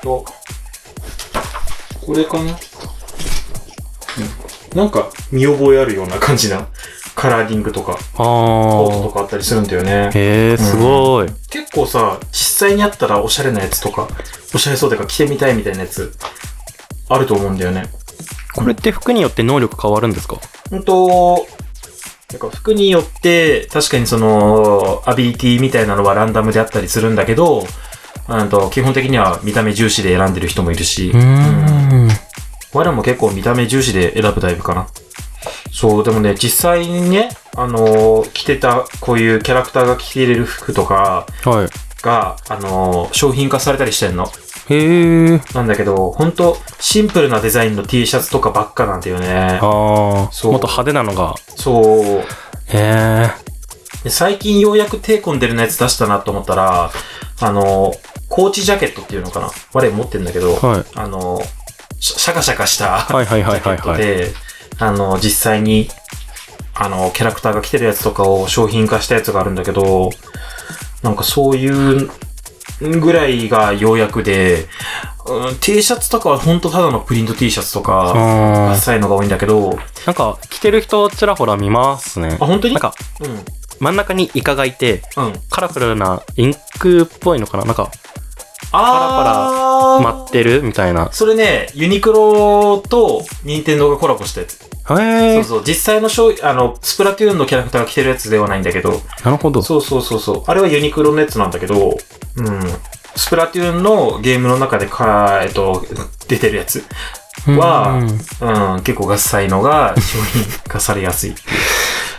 と、これかな、なんか見覚えあるような感じなカラーリングとか、あコートとー。かあったりするんだよね。へえ、すごい。結構さ、実際にあったらおしゃれなやつとか、おしゃれそうだから着てみたいみたいなやつ、あると思うんだよね。これって服によって能力変わるんですかほんと、なんか服によって、確かにその、アビリティみたいなのはランダムであったりするんだけど、うんと基本的には見た目重視で選んでる人もいるし、ん。我らも結構見た目重視で選ぶタイプかな。そう、でもね、実際にね、あのー着てた、こういうキャラクターが着ている服とかはい。が、あのー商品化されたりしてんの。へえ。なんだけど、ほんと、シンプルなデザインの T シャツとかばっかなんだよね。ああ。そうもっと派手なのが。そう。へえ。で最近ようやく手込んでるやつ出したなと思ったら、あのーコーチジャケットっていうのかな我持ってんだけど、はい。あのーシャシャカシャカした、はいはいはいジャはいケットはい。で、あの、実際に、あの、キャラクターが着てるやつとかを商品化したやつがあるんだけど、なんかそういうぐらいがようやくで、うん T シャツとかはほんとただのプリント T シャツとか、あー浅いのが多いんだけど、なんか、着てる人ちらほら見ますねあ、。本当になんか、う真ん中にイカがいて、ん。うん。カラフルなインクっぽいのかななんか、あー舞ってるみたいな。それね、ユニクロと任天堂がコラボしたやつ。へそえう。そう。実際の商あの、スプラトゥーンのキャラクターが着てるやつではないんだけど、なるほど。そうそうそうそう。あれはユニクロのやつなんだけど、うん。スプラトゥーンのゲームの中でか、えっと、出てるやつ。はうんうん、結構合切のが商品化されやすい。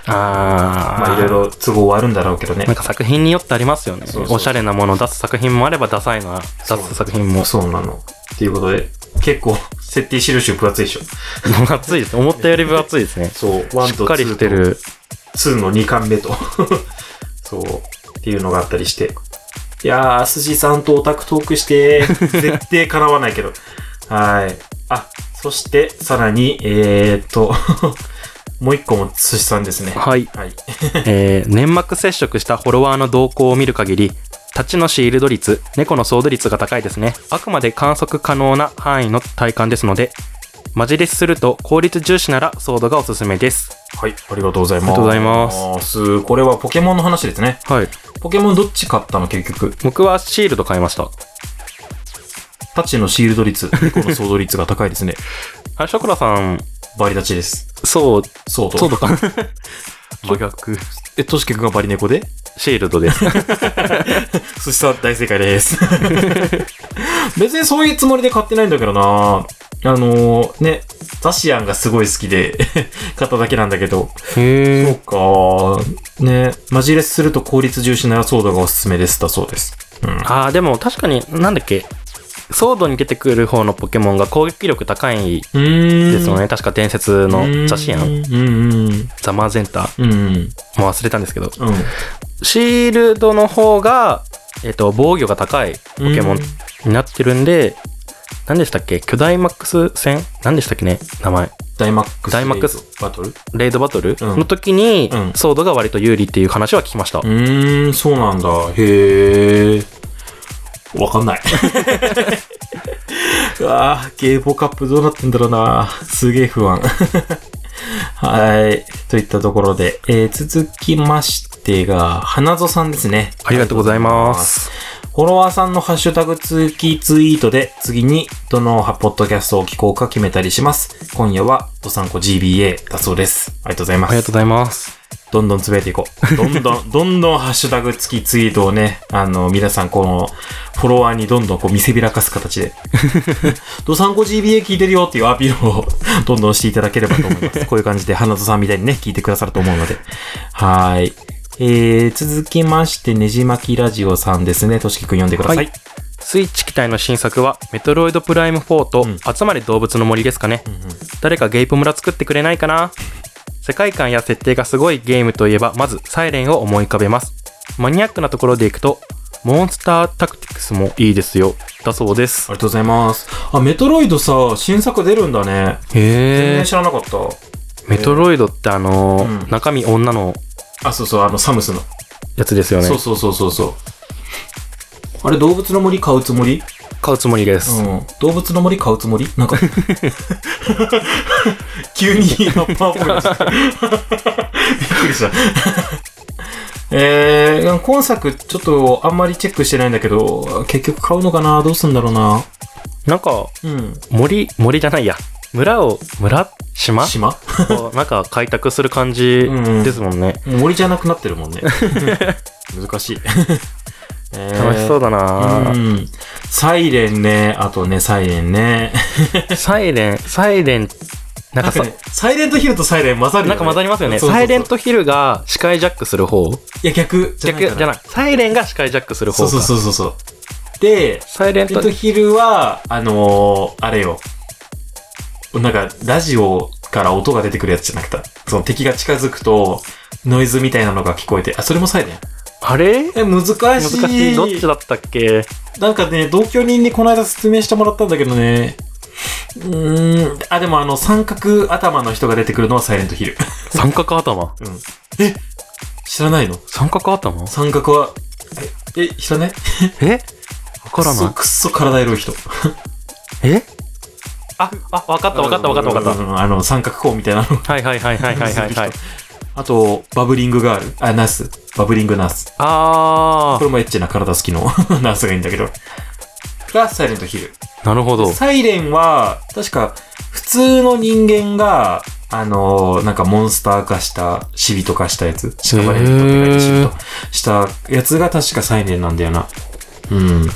あ あ。まあいろいろ都合はあるんだろうけどねなん。か作品によってありますよね。そうそうおしゃれなものを出す作品もあれば、ダサいな出す作品も。そうなの。っていうことで、結構、設定資料集分厚いでしょ。。分厚いです。思ったより分厚いですねそう、1しっとかりして2とる。 2の2巻目と。 そう、っていうのがあったりして。いやー、筋さんとオタクトークして、絶対叶わないけど。はい。あ、そして、さらに、えーっと、 もう一個も寿司さんですね。はい。はい。えー、粘膜接触したフォロワーの動向を見る限り、立ちのシールド率、猫のソード率が高いですね。あくまで観測可能な範囲の体感ですので、マジレスすると効率重視ならソードがおすすめです。はい、ありがとうございます。ありがとうございますす。これはポケモンの話ですね。はい。ポケモンどっち買ったの結局。僕はシールド買いました。タチのシールド率、猫のソード率が高いですね。あれ、ショコラさん、バリ立ちです。そう、ソード。そうとか。 真逆。え、トシケ君がバリ猫でシールドです。そしたら大正解です。 別にそういうつもりで買ってないんだけどなあのー、ね、ザシアンがすごい好きで 買っただけなんだけど。 へえ。そうかね、マジレスすると効率重視ならソードがおすすめですだそうです。うん。ああ、でも確かに、なんだっけ。ソードに出てくる方のポケモンが攻撃力高いでですよね。。確か伝説のザシアうン、んうんザマーゼンタうん。うんもう忘れたんですけど、うん。うん。シールドの方が、えっ、と、防御が高いポケモンになってるんで、何でしたっけ巨大マックス戦何でしたっけね名前。ダイマックス。ダイマックスバトルうレイドバトルうんの時に、うんソードが割と有利っていう話は聞きました。ーん、そうなんだ。へえ。わかんない。 うわあ、ゲーボカップどうなってんだろうな。すげえ不安。はい。といったところで、えー続きましてが、花ぞさんですね。ありがとうございます。フォロワーさんのハッシュタグ付きツイートで次にどのポッドキャストを聞こうか決めたりします。今夜はドサンコ GBA だそうです。ありがとうございまありがとすう。ございます。どんどんつぶやいていこう。どんどん、ど んどんハッシュタグ付きツイートをね、あの、皆さんこのフォロワーにどんどんこう見せびらかす形 で、ドサンコ GBA 聞いてるよっていうアピールを どんどんしていただければと思います。 こういう感じで花田さんみたいにね、聞いてくださると思うので。はーい。えー、続きまして、ねじまきラジオさんですね。としきくん読んでください。はいスイッチ機体の新作は、メトロイドプライム4と、うん集まれ動物の森ですかね。うんうん誰かゲイプ村作ってくれないかな世界観や設定がすごいゲームといえば、まずサイレンを思い浮かべます。マニアックなところでいくと、モンスタータクティクスもいいですよ。だそうであす。りがとうございます。あ、メトロイドさ、新作出るんだね。全へ然知らなかった。メトロイドってあのーうん中身女のあ、そうそう、あの、サムスの。やつですよねそう。そうそうそうそう。あれ、動物の森買うつもり買うつもりです。うん。動物の森買うつもりなん か。急に今パワーポイント。びっくりした。 えー、今作ちょっとあんまりチェックしてないんだけど、結局買うのかなどうすんだろうななんか、うん。森、森じゃないや。村を、村島島をなんか開拓する感じうんですもんね。森じゃなくなってるもんね。 難しい。えー楽しそうだなうぁ、ん。サイレンね。あとね、サイレンね。サイレン、サイレン、なんなかんかさ、ね、サイレントヒルとサイレン混ざるよね、なんか混ざりますよね。そうそうそうサイレントヒルが視界ジャックする方いや、逆じゃない。逆じゃないい。サイレンが視界ジャックする方そうか。そうそうそうそう。で、サイレンサイレトント、ヒルは、あのー、あれよ。なんか、ラジオから音が出てくるやつじゃなくて、その敵が近づくと、ノイズみたいなのが聞こえて、あ、それもサイレン。あれえ、難しい。難しい。どっちだったっけなんかね、同居人にこの間説明してもらったんだけどね。うーん。あ、でもあの、三角頭の人が出てくるのはサイレントヒル。三角頭。知らないの三角頭三角は、え、え知らないえわくからそなくっそ体エロい人。い。えあ、あ、わかったわかったわかったわかうんっうんうんあの、三角コーンみたいなの。 た。はいはいはいはいはいはいはい。あと、バブリングガール。あ、ナース。バブリングナース。 あこれもエッチな体好きの ナースがいいんだけど。が、サイレントヒル。ー、なるほど。サイレンは、確か、普通の人間が、あのーなんかモンスター化した、シビと化したやつ。シカバレントって書いてシビと。したやつが確かサイレンなんだよな。うん。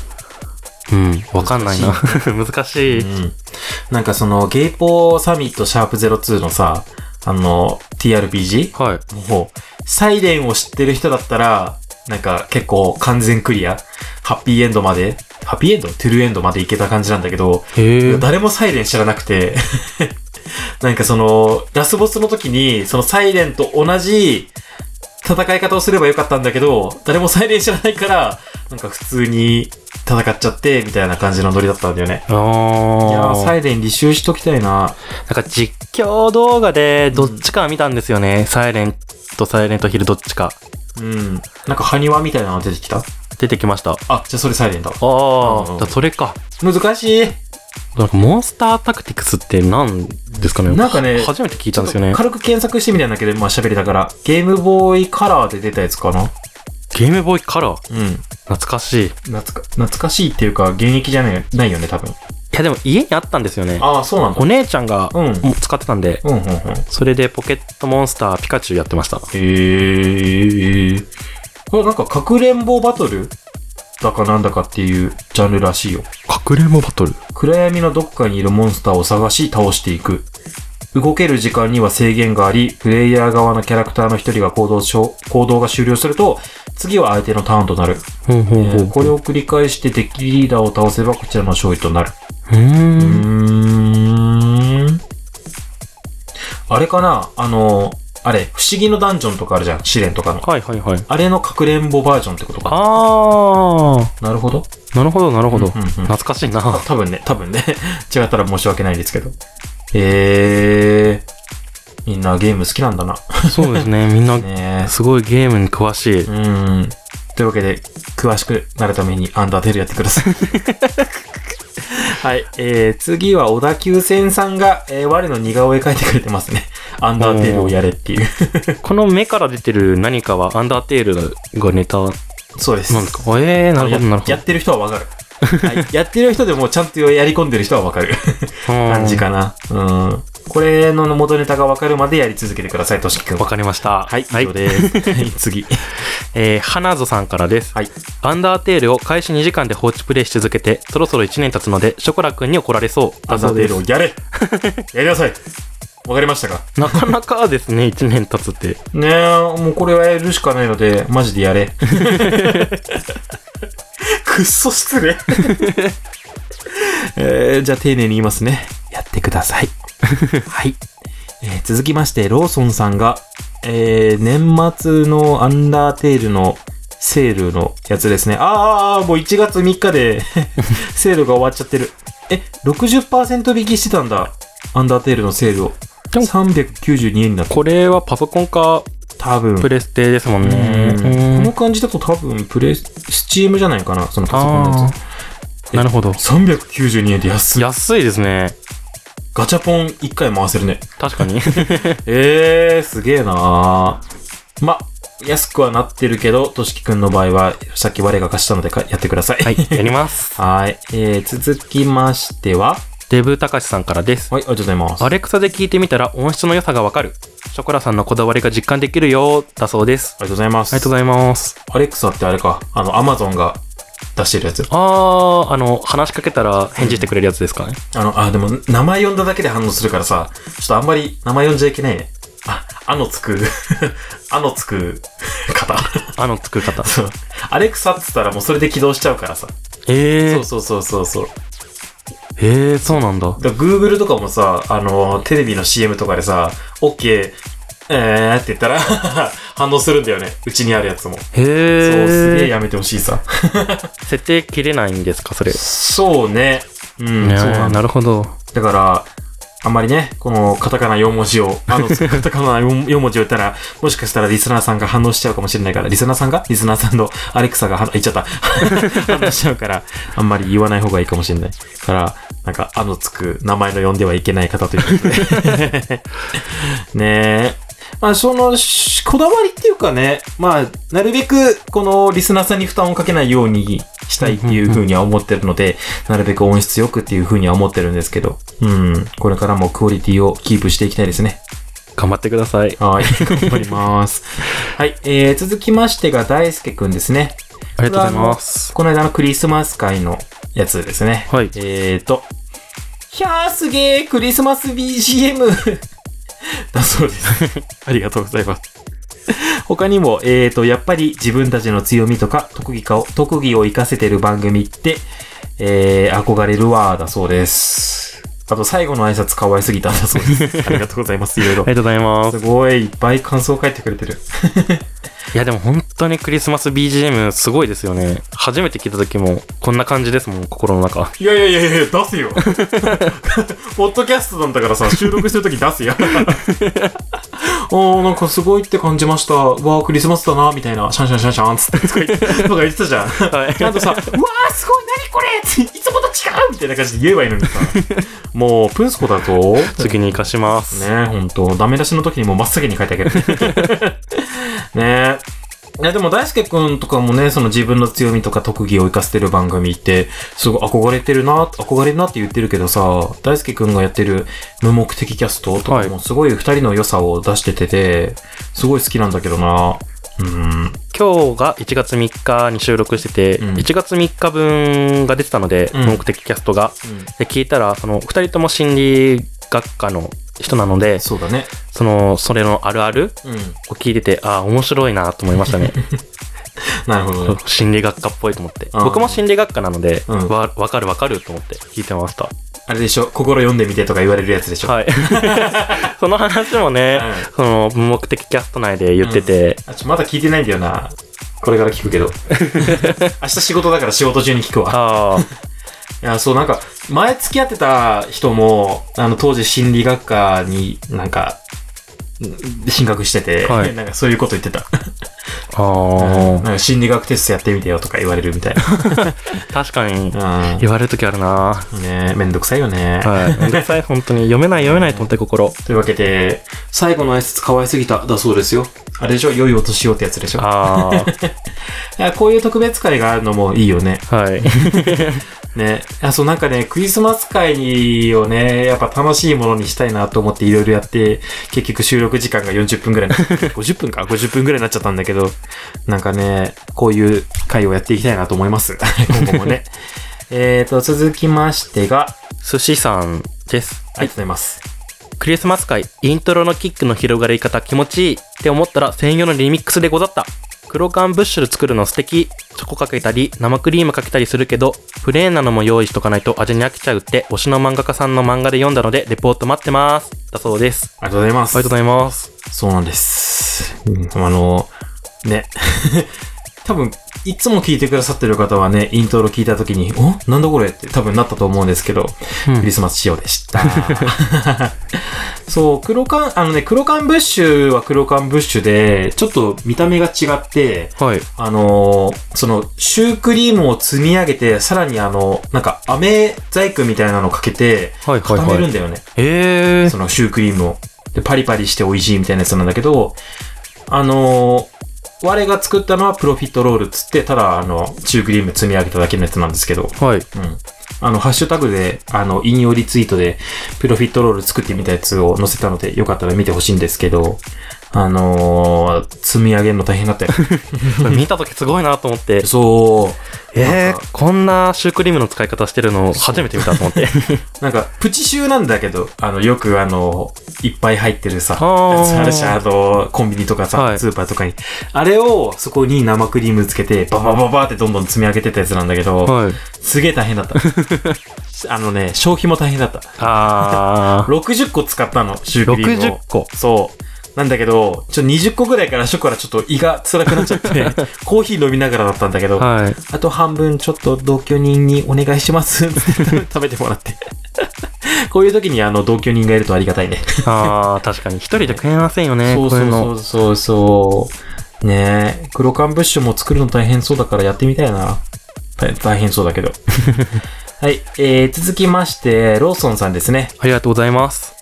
うん、わかんないな。難しい。うん。なんかその、ゲイポーサミットシャープ02のさ、あの、TRPG? はい。もう、サイレンを知ってる人だったら、なんか結構完全クリア。ハッピーエンドまで、ハッピーエンドトゥルーエンドまでいけた感じなんだけど、へー。誰もサイレン知らなくて、 なんかその、ラスボスの時に、そのサイレンと同じ戦い方をすればよかったんだけど、誰もサイレン知らないから、なんか普通に戦っちゃって、みたいな感じのノリだったんだよね。いやあー、ーサイレン履修しときたいな。なんか実況動画でどっちかは見たんですよね。サイレント、サイレントヒルどっちか。うん。なんか、埴輪みたいなの出てきた出てきました。ああ、じゃあそれサイレンだわ。あ、うんうんだそれか。難しい。なんかモンスタータクティクスって何ですかねなんかね初めて聞いたんですよね。軽く検索してみたんだけど、まあ喋りだから。ゲームボーイカラーで出たやつかなゲームボーイカラー。うん。懐かしい。い懐か、懐かしいっていうか、現役じゃないないよね、多分。やでも家にあったんですよね。ああ、そうなんだお。姉ちゃんがうんもう使ってたんで、うん、うん、うん。それでポケットモンスターピカチュウやってました。へえ。これなんか、かくれんぼバトルだかなんだかっていうジャンルらしいよ。かくれんぼバトル暗闇のどこかにいるモンスターを探し倒していく。動ける時間には制限があり、プレイヤー側のキャラクターの一人が行動しょ行動が終了すると、次は相手のターンとなる、ほうほうえほう。ーこれを繰り返してデッキリーダーを倒せばこちらの勝利となる。うーうーん。ん。あれかなあの、あれ、不思議のダンジョンとかあるじゃん。試練とかの。はいはいはい。あれのかくれんぼバージョンってことか。あなるほど。ー。なるほどなるほど。うんうんうん懐かしいな。多分ね、多分ね。 違ったら申し訳ないですけど。えー。みんなゲーム好きなんだな。 そうですね。みんな、ねすごいゲームに詳しい。え。うん。というわけで、詳しくなるためにアンダーテールやってくだ さい。はい。えー、次は小田急線さんが、えー、我の似顔絵描いてくれてますね。アンダーテールをやれっていう。この目から出てる何かはアンダーテールがネタなんでそうです。すかえー、なるほどなるほやってる人はわ かる。はいやってる人でもちゃんとやり込んでる人はわかる。ど。 うん感じかな。うん。これの元ネタがわかるまでやり続けてください、としきくんわ。かりました。はい、以上です。はい、次。えー、花ぞさんからです。はい。アンダーテールを開始2時間で放置プレイし続けて、そろそろ1年経つので、ショコラくんに怒られそう。アだそザうデでールをやれやりなさ いわかりましたかす。なかなかですね、1年経つって。ねえ、もうこれはやるしかないので、マジでやれ。 くっそ失礼。 えーじゃあ丁寧に言いますね。やってくだ さい。はい。えー続きまして、ローソンさんが、えー年末のアンダーテールのセールのやつですね。あーあー、もう1月3日 でセールが終わっちゃってる。え、60%引きしてたんだ。アンダーテールのセールを。でも392円だった。これはパソコンか多分。プレステですもんね。こうんの感じだと多分プレイスチームじゃないかなそのパソコンのやあーなるほど。つ392円で安い安いですね。ガチャポン1回回せる ね確かに。えー、すげえなーま安くはなってるけどとしきくんの場合はさっき我が貸したのでかやってくださいはいい、 やります。 はいえー、続きましてはデブたかしさんからです。はいありがとうございますアレクサで聞いてみたら音質の良さがわかる。ショコラさんのこだわりが実感できるよ、だそうです。ありがとうございますありがとうございます。アレクサってあれかあのアマゾンが出してるやつあー、あの、話しかけたら返事してくれるやつですかね。あの、あ、でも、名前呼んだだけで反応するからさ、ちょっとあんまり名前呼んじゃいけないね。あ、あのつく、 あのつく方。あの作り方。そうアレクサって言ったらもうそれで起動しちゃうからさ。えそうー、そうそうそうそう。えー、そうなんだ。だから Google とかもさ、あの、テレビの CM とかでさ、OK、えーって言ったら 反応するんだよね。うちにあるやつも。へそう、すげええー、やめてほしいさ。設定切れないんですか、それ。そうね。うん、ねそうなんだなるほど。だから、あんまりね、このカタカナ4文字を、あの、カタカナ4文字を言ったら、もしかしたらリスナーさんが反応しちゃうかもしれないから、リスナーさんがリスナーさんのアレクサが反応、言っちゃった。反応しちゃうから、あんまり言わない方がいいかもしれない。だから、なんか、あのつく名前の呼んではいけない方ということで。ねえ。まあ、その、しこだわりっていうかね、まあ、なるべく、このリスナーさんに負担をかけないようにしたいっていうふうには思ってるので、なるべく音質よくっていうふうには思ってるんですけど、うん、これからもクオリティをキープしていきたいですね。頑張ってください。はい、頑張ります。 はい、えー、続きましてが大輔くんですね。ありがとうございます。この間のクリスマス会のやつですね。はいえーと、ひゃーすげークリスマス BGM! だそうです。ありがとうございます。他にも、えーと、やっぱり自分たちの強みとか特技かを、特技を活かせてる番組って、えー、憧れるわーだそうです。あと、最後の挨拶可愛すぎたんだそうです。ありがとうございます。いろいろ あり。がとうございますす。ごい、いっぱい感想書いてくれてる。いやでも本当にクリスマス BGM すごいですよね。初めて聞いた時もこんな感じですもん、心の中。いやいやいやいや、出せ よ。ポッドキャストなんだからさ、収録してるとき出せよ。 おー、なんかすごいって感じました。わー、クリスマスだな、みたいな、シャンシャンシャンシャン、つって、とか言ってとか言ってたじゃん。はいちゃんとさ、うわー、すごい、何これって、いつもと違うみたいな感じで言えばいいのにさ。もう、プンスコだぞ。 次に生かします。ねえ、ほんと。ダメ出しの時にもう真っ先に書いてあ げる。ねえ。いやでも大輔くんとかもね、その自分の強みとか特技を活かせてる番組って、すごい憧れてるな、憧れるなって言ってるけどさ、大輔くんがやってる無目的キャストとはかいもすごい二人の良さを出しててて、すごい好きなんだけどな。うん。今日が1月3日に収録してて、うん1月3日分が出てたので、うん目的キャストが。で、聞いたら、その、2人とも心理学科の人なので、そうだね。その、それのあるあるうん。を聞いてて、ああ、面白いなと思いましたね。なるほどね。心理学科っぽいと思って。あー僕も心理学科なので、うんわ、わかるわかると思って聞いてました。あれでしょ、心読んでみてとか言われるやつでしょ。はい。 その話もね、その、無目的キャスト内で言ってて、あちょまだ聞いてないんだよな。これから聞くけ ど。明日仕事だから仕事中に聞くわ。ああ、いや、そう、なんか、前付き合ってた人も、あの、当時心理学科になんか、ん進学してて、は いなんかそういうこと言ってた。あ なんか心理学テストやってみてよとか言われるみたいあ、確かにな。言われるときあるな。うん。ねえめんどくさいよね。はい。めんどくさい、本当に。読めない、読めないと思って、心。というわけで、最後の挨拶可愛すぎた、だそうですよ。あれでしょ良いお年をってやつでしょあいやこういう特別会があるのもいいよね。あ、 はい。ね、あそうなんかね、クリスマス会をね、やっぱ楽しいものにしたいなと思っていろいろやって、結局収録時間が40分ぐらいになっ 50分か ?50 分ぐらいになっちゃったんだけど、なんかね、こういう会をやっていきたいなと思い ます。今後もね。えーと、続きましてが、寿司さんです。ありがとうございます。クリスマス会、イントロのキックの広がり方気持ちいいって思ったら専用のリミックスでござった。黒缶ブッシュル作るの素敵。チョコかけたり、生クリームかけたりするけど、プレーンなのも用意しとかないと味に飽きちゃうって、推しの漫画家さんの漫画で読んだので、レポート待ってます。だそうです。ありがとうございます。ありがとうございます。そうなんです。うん、あの、ね。 多分、いつも聞いてくださってる方はね、イントロ聞いた時に、おなんだこれって多分なったと思うんですけど、クリスマス仕様でした。 そう、黒缶、あのね、黒缶ブッシュは黒缶ブッシュで、ちょっと見た目が違って、はい。あのーその、シュークリームを積み上げて、さらにあの、なんか、飴細工みたいなのをかけて、はいはいは固いめるんだよね。えーそ。のシュークリームを。で、パリパリして美味しいみたいなやつなんだけど、あのー我が作ったのはプロフィットロールっつって、ただ、あの、シュークリーム積み上げただけのやつなんですけど、はうい。ん。あの、ハッシュタグで、あの、引用リツイートで、プロフィットロール作ってみたやつを載せたので、よかったら見てほしいんですけど、あのー積み上げるの大変だった よ。見たときすごいなと思って、そう。えなんかー、こんなシュークリームの使い方してるの初めて見たと思って。なんか、プチシューなんだけど、あの、よくあの、いっぱい入ってるさ、あーやつあるし、あの、コンビニとかさ、はいスーパーとかに。あれを、そこに生クリームつけて、ババババってどんどん積み上げてたやつなんだけど、 はい。すげえ大変だった。 あのね、消費も大変だった。あー。 60個使ったの、シュークリームを60。個。そう。なんだけど、ちょ、20個ぐらいからショコラちょっと胃が辛くなっちゃ って、コーヒー飲みながらだったんだけど、はい。あと半分ちょっと同居人にお願いします って食べてもらって。 こういう時にあの同居人がいるとありがたいね。ああ、確かに。一人じゃ食えませんよね、そうこそういううの。そうそうそう。ねえ、黒缶ブッシュも作るの大変そうだからやってみたいな。大大変そうだ けど。はい、えー、続きまして、ローソンさんですね。ありがとうござい ます。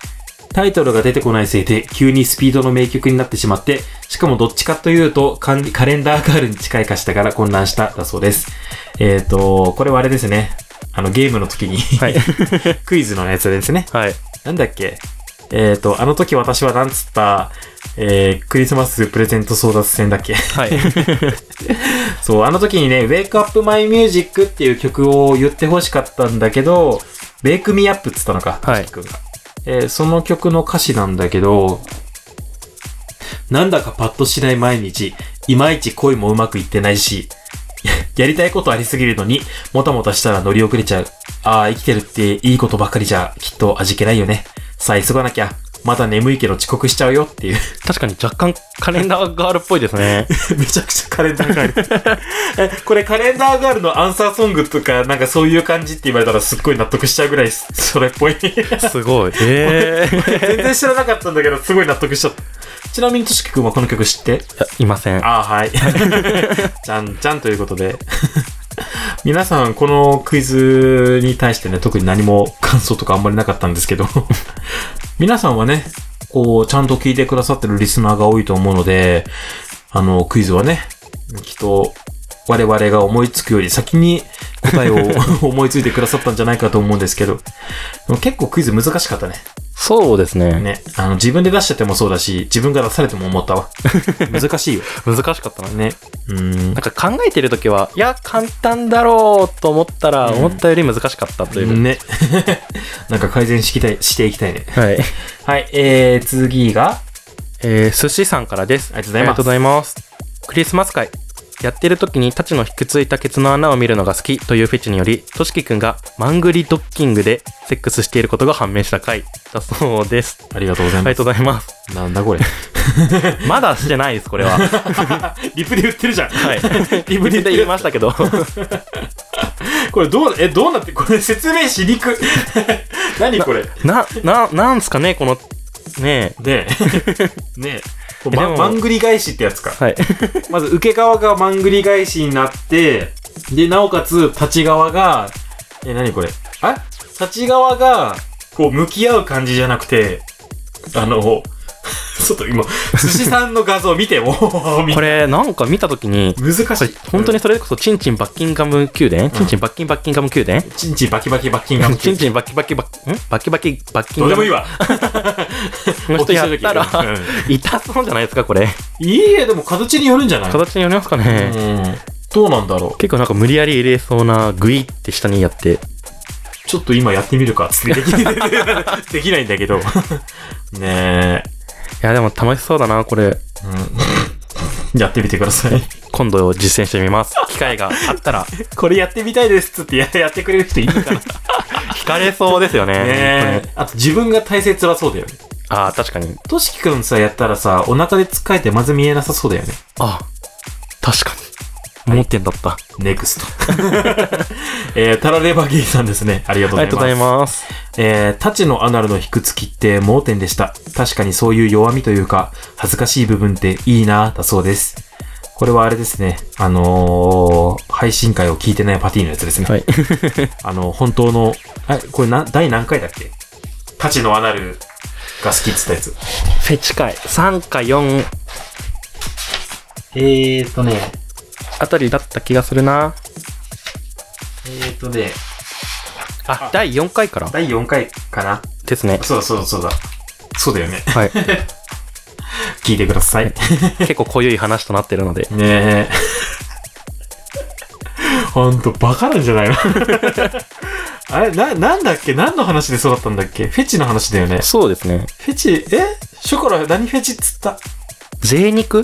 タイトルが出てこないせいで、急にスピードの名曲になってしまって、しかもどっちかというと、カンカレンダーガールに近い歌詞だから混乱した、だそうです。えっ、ー、と、これはあれですね。あの、ゲームの時に、はい。 クイズのやつですね。はい。なんだっけえっ、ー、と、あの時私はなんつった、えー、クリスマスプレゼント争奪戦 だっけはい。そう、あの時にね、Wake Up My Music っていう曲を言ってほしかったんだけど、Wake Me Up っつったのか、はいトシ君がえーその曲の歌詞なんだけど、なんだかパッとしない毎日、いまいち恋もうまくいってないし、 やりたいことありすぎるのに、もたもたしたら乗り遅れちゃう。ああ、生きてるっていいことばかりじゃ、きっと味気ないよね。さあ、急がなきゃ。まだ眠いけど遅刻しちゃうよっていう。 確かに若干カレンダーガールっぽいですね。めちゃくちゃカレンダーガール。えこれカレンダーガールのアンサーソングとか、なんかそういう感じって言われたらすっごい納得しちゃうぐらい、それっぽい。 すごい。ええ 全然知らなかったんだけど、すごい納得しちゃった。ちなみに、としきくんはこの曲知っていやいません。ああ、はい。 じゃんじゃんということで。皆さん、このクイズに対してね、特に何も感想とかあんまりなかったんですけど、 皆さんはね、こう、ちゃんと聞いてくださってるリスナーが多いと思うので、あの、クイズはね、きっと、我々が思いつくより先に答えを 思いついてくださったんじゃないかと思うんですけど、でも結構クイズ難しかったね。そうですねね。あの、自分で出しててもそうだし、自分が出されても思った わ。難しいよ。難しかったな。ね。うんな。んか考えてるときは、いや、簡単だろうと思ったら、うん思ったより難しかったという。ね。 なんか改善していきたい、していきたいね。はい。はい、えー、次が、えー、寿司さんからです。ありがとうございますありがとうございます。クリスマス会。やってる時にタチの引きついたケツの穴を見るのが好きというフェチにより、としきくんがマングリドッキングでセックスしていることが判明した回だそうです。ありがとうござあいまりがす。とうございます。なんだこ れ。まだしてないです、これは。リプで言ってるじゃん。はい。リ自ブ分リでで言いました けど。これどう、え、どうなって、これ説明しにくい。 何これ。な、な、なんすかね、この、ねね え。ねえ。これえでま、もマングリ返しってやつかえ。。はい。まず受け側がマングリ返しになって、で、なおかつ立ち側が、え、何これあ立ち側が、こう向き合う感じじゃなくて、あの、 ちょっと今、寿司さんの画像見て、おーみこれ、なんか見た時に、難しい。本当にそれこそ、チンチンバッキンガム宮殿チンチンバッキンバッキンガム宮殿うん、チンチンバキバキバッキンガム。チンチンバッキバキバッ、んバッキバキバッキどンガうム。でもいいわ。の人やったら お聞きした時痛そうじゃないですか、これ。うんいいえ、でも形によるんじゃない形によりますかうね。ん。どうなんだろう。結構なんか無理やり入れそうな、グイって下にやって。ちょっと今やってみるかっつってでき できないんだけど。ねえ。いや、でも楽しそうだな、これ。うん、やってみてください。今度実践してみます。機会があ ったら。これやってみたいですっつってや やってくれる人いるかな。惹かれそうですよね。ねこれあと自分が体勢辛そうだよね。ああ、確かに。としきくんさ、やったらさ、お腹でつっかえてまず見えなさそうだよね。あ確かに。盲点だった。あネクスト。 えー、タラレバゲイさんですね。ありがとうりござがいとうまごす。ざいます。えー、タチのアナルの引くつきって盲点でした。確かにそういう弱みというか、恥ずかしい部分っていいなぁ、だそうです。これはあれですね。あのー、配信会を聞いてないパティのやつですね。はい。あの、本当の、え、これな、第何回だっけタチのアナルが好きっつったやつ。 フェチ回。3か4えーとね、あたりだった気がするな。えーとね、あ、第4回から第4回かな。ですね。そうだそうだそうだ。そうだよね。はい。聞いてください。結構濃ゆい話となってるので。ねえ。ほんと、バカなんじゃ ないのあれ、な、なんだっけ何の話で育ったんだっけフェチの話だよね。 そうですね。フェチ、えショコラ、何フェチっつった贅肉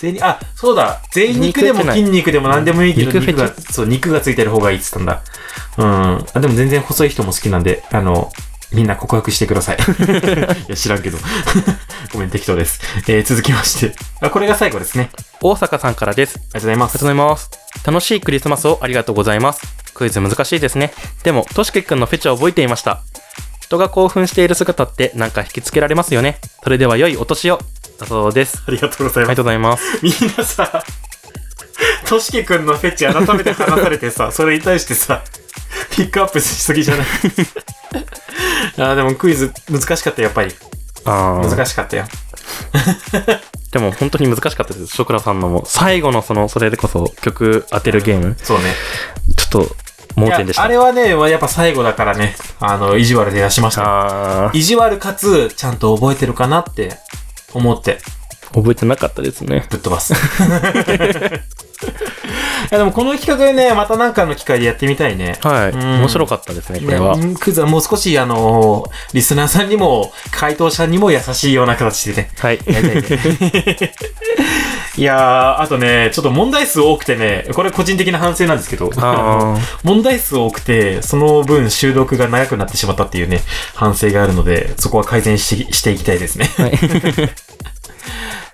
贅肉あ、そうだ。贅肉でも筋肉でも何でもいいけど、肉フェ肉チが、そう、肉がついてる方がいいっつったんだ。うん。あ、でも全然細い人も好きなんで、あの、みんな告白してくだ さい。いや、知らんけど。 ごめん、適当です。えー、続きまして。あ、これが最後ですね。あり大阪さんからです。がとうございまありがす。とうございます。楽しいクリスマスをありがとうございます。クイズ難しいですね。でも、としきくんのフェチを覚えていました。人が興奮している姿ってなんか引きつけられますよね。それでは良いお年を。だそうです。ありがとうござあいまりすが。とうございます。みんなさ、としきくんのフェチ改めて話されてさ、それに対してさ、ピックアップしすぎじゃ ないあーでもクイズ難しかったやっぱり。あー難しかったよ。でも本当に難しかったです。ショクラさんのも最後のその、それでこそ曲当てるゲーム。そうね。ちょっと、盲点でした。いやあれはね、やっぱ最後だからね、あの、意地悪で出しました。あー意地悪かつ、ちゃんと覚えてるかなって思って、覚えてなかったですね。ぶっ飛 ばす。いやでもこの企画ね、また何かの機会でやってみたいね。はい。うん面白かったですね、これは。ねクイズはもう少し、あのーリスナーさんにも、回答者にも優しいような形でね。はい。やりたい ねいやー、あとね、ちょっと問題数多くてね、これ個人的な反省なんですけど、あー問題数多くて、その分収録が長くなってしまったっていうね、反省があるので、そこは改善してしていきたいですね。はい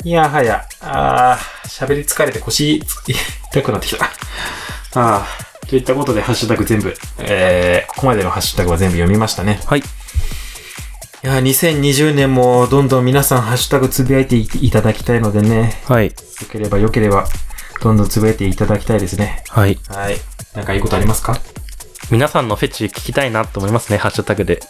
いやはや、あー喋り疲れて腰つ痛くなってきた。あーといったことで、ハッシュタグ全部、えー、ここまでのハッシュタグは全部読みましたね。はい。いや、2020年もどんどん皆さんハッシュタグつぶやいていただきたいのでね、はい。よければよければ、どんどんつぶやいていただきたいですね。はい。はい。なんかいいことありますか皆さんのフェチ聞きたいなと思いますね、ハッシュタグで。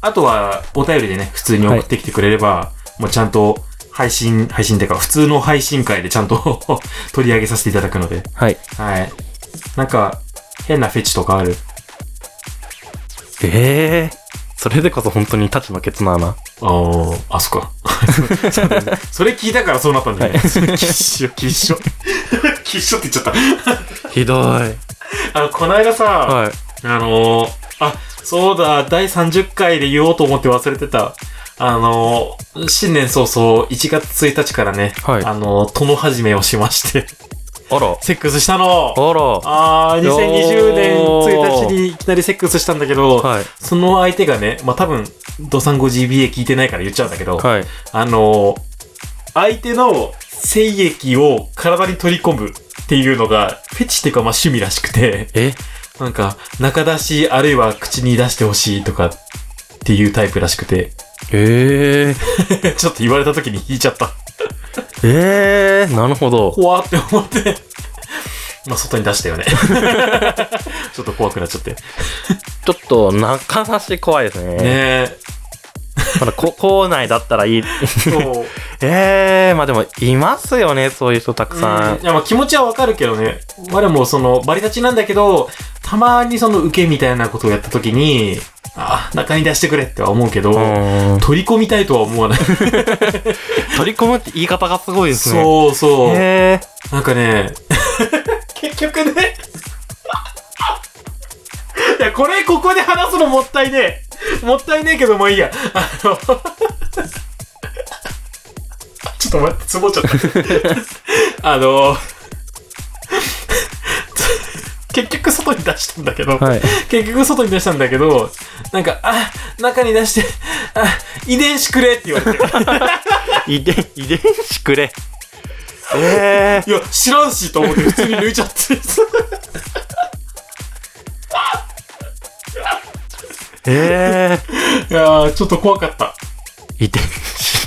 あとは、お便りでね、普通に送ってきてくれれば、もうちゃんと配信、配信っていうか、普通の配信会でちゃんと 取り上げさせていただくので。 はい。はい。なんか、変なフェチとかあるええそれでこそ本当に立ちのケツの穴。あー、あ、そっか。そうだよね それ聞いたからそうなったんだよね。 きっしょ、きっしょ。きっしょって言っちゃっひどい。はい。た。あの、この間さ、ああのー、あ、そうだ、第30回で言おうと思って忘れてた。あのー、新年早々、1月1日からね、はいあのー、殿始めをしまして、 ら。セックスしたのああら。ー、2020年おー1日にいきなりセックスしたんだけど、はい。その相手がね、まあ、多分、ドサンゴ GBA 聞いてないから言っちゃうんだけど、はい。あのー、相手の精液を体に取り込むっていうのが、フェチっていうかまあ趣味らしくて、えなんか、中出し、あるいは口に出してほしいとかっていうタイプらしくて、 ええちょっと言われた時に引いちゃった。ええなるほど。怖って思って。 まあ、外に出したよね。 ちょっと怖くなっちゃって。ねちょっと、中差し怖いですね。え。まだこ、校内だったらいい。そう。 ええまあでも、いますよね、そういう人たくさうんん。いや、まあ気持ちはわかるけどね。我もその、バリ立ちなんだけど、たまにその受けみたいなことをやった時に、ああ、中に出してくれっては思うけど、うん。取り込みたいとは思わない。取り込むって言い方がすごいですね。そうそう。ええなんかね、 結局ね、いや、これここで話すのもったいねえ。もったいねえけど、まあいいや。あの、 ちょっと待って、つぼっちゃった。 あの、結局外に出したんだけど、はい。結局外に出したんだけど、なんか、あ、中に出して、あ、遺伝子くれって言われて。遺伝、遺伝子くれ。ええいや、知らんしと思って普通に抜いちゃ って。えいえやー、ちょっと怖かった。遺伝子。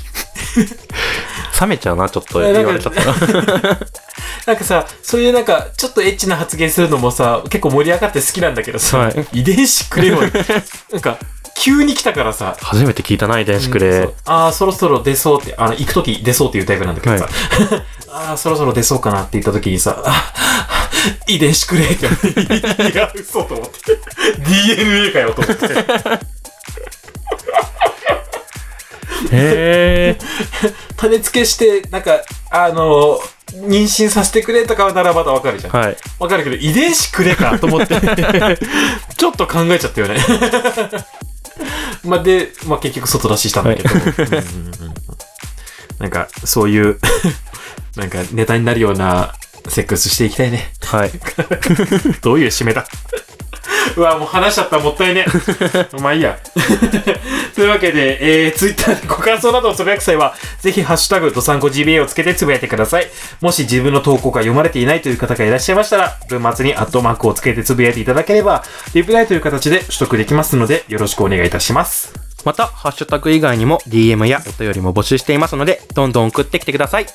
冷めちゃうな、ちょっとえな言んかわれちゃったら。 なんかさ、そういうなんか、ちょっとエッチな発言するのもさ、結構盛り上がって好きなんだけどさ、はい遺伝子くれ よ。なんか、急に来たからさ、初めて聞いたな、遺伝子くれ。そうあー、そろそろ出そうって、あの、行くとき出そうっていうタイプなんだけどさ、は あー、そろそろ出そうかなって言ったときにさ、 あ遺伝子くれって言われて、い や、嘘と思って。DNA かよと思って。ええ種付けして、なんか、あの妊娠させてくれとかならまだわかるじゃん。はい。わかるけど、遺伝子くれかと思って、ちょっと考えちゃったよね。まあ、で、まあ、結局外出ししたんだけど、うんうんうんうんなんか、そういう、なんかネタになるようなセックスしていきたいね。はい。どういう締めだうわ、もう話しちゃった、も ったいね。まあいいや。 というわけで、えー、ツイッターでご感想などをつぶやく際は、ぜひハッシュタグ、ドサンコ GBA をつけてつぶやいてください。もし自分の投稿が読まれていないという方がいらっしゃいましたら、文末にアットマークをつけてつぶやいていただければ、リプライという形で取得できますので、よろしくお願いいたします。また、ハッシュタグ以外にも DM やお便りも募集していますので、どんどん送ってきてく ださい。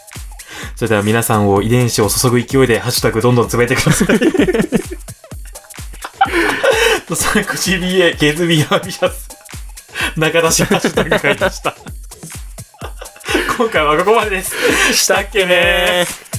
それでは皆さんを遺伝子を注ぐ勢いで、ハッシュタグどんどんつぶやいてください。 ドサンコ GBA、ゲズミアンビシャス。中出しハッシュタグ書いました。今回はここまでです。したっけねー。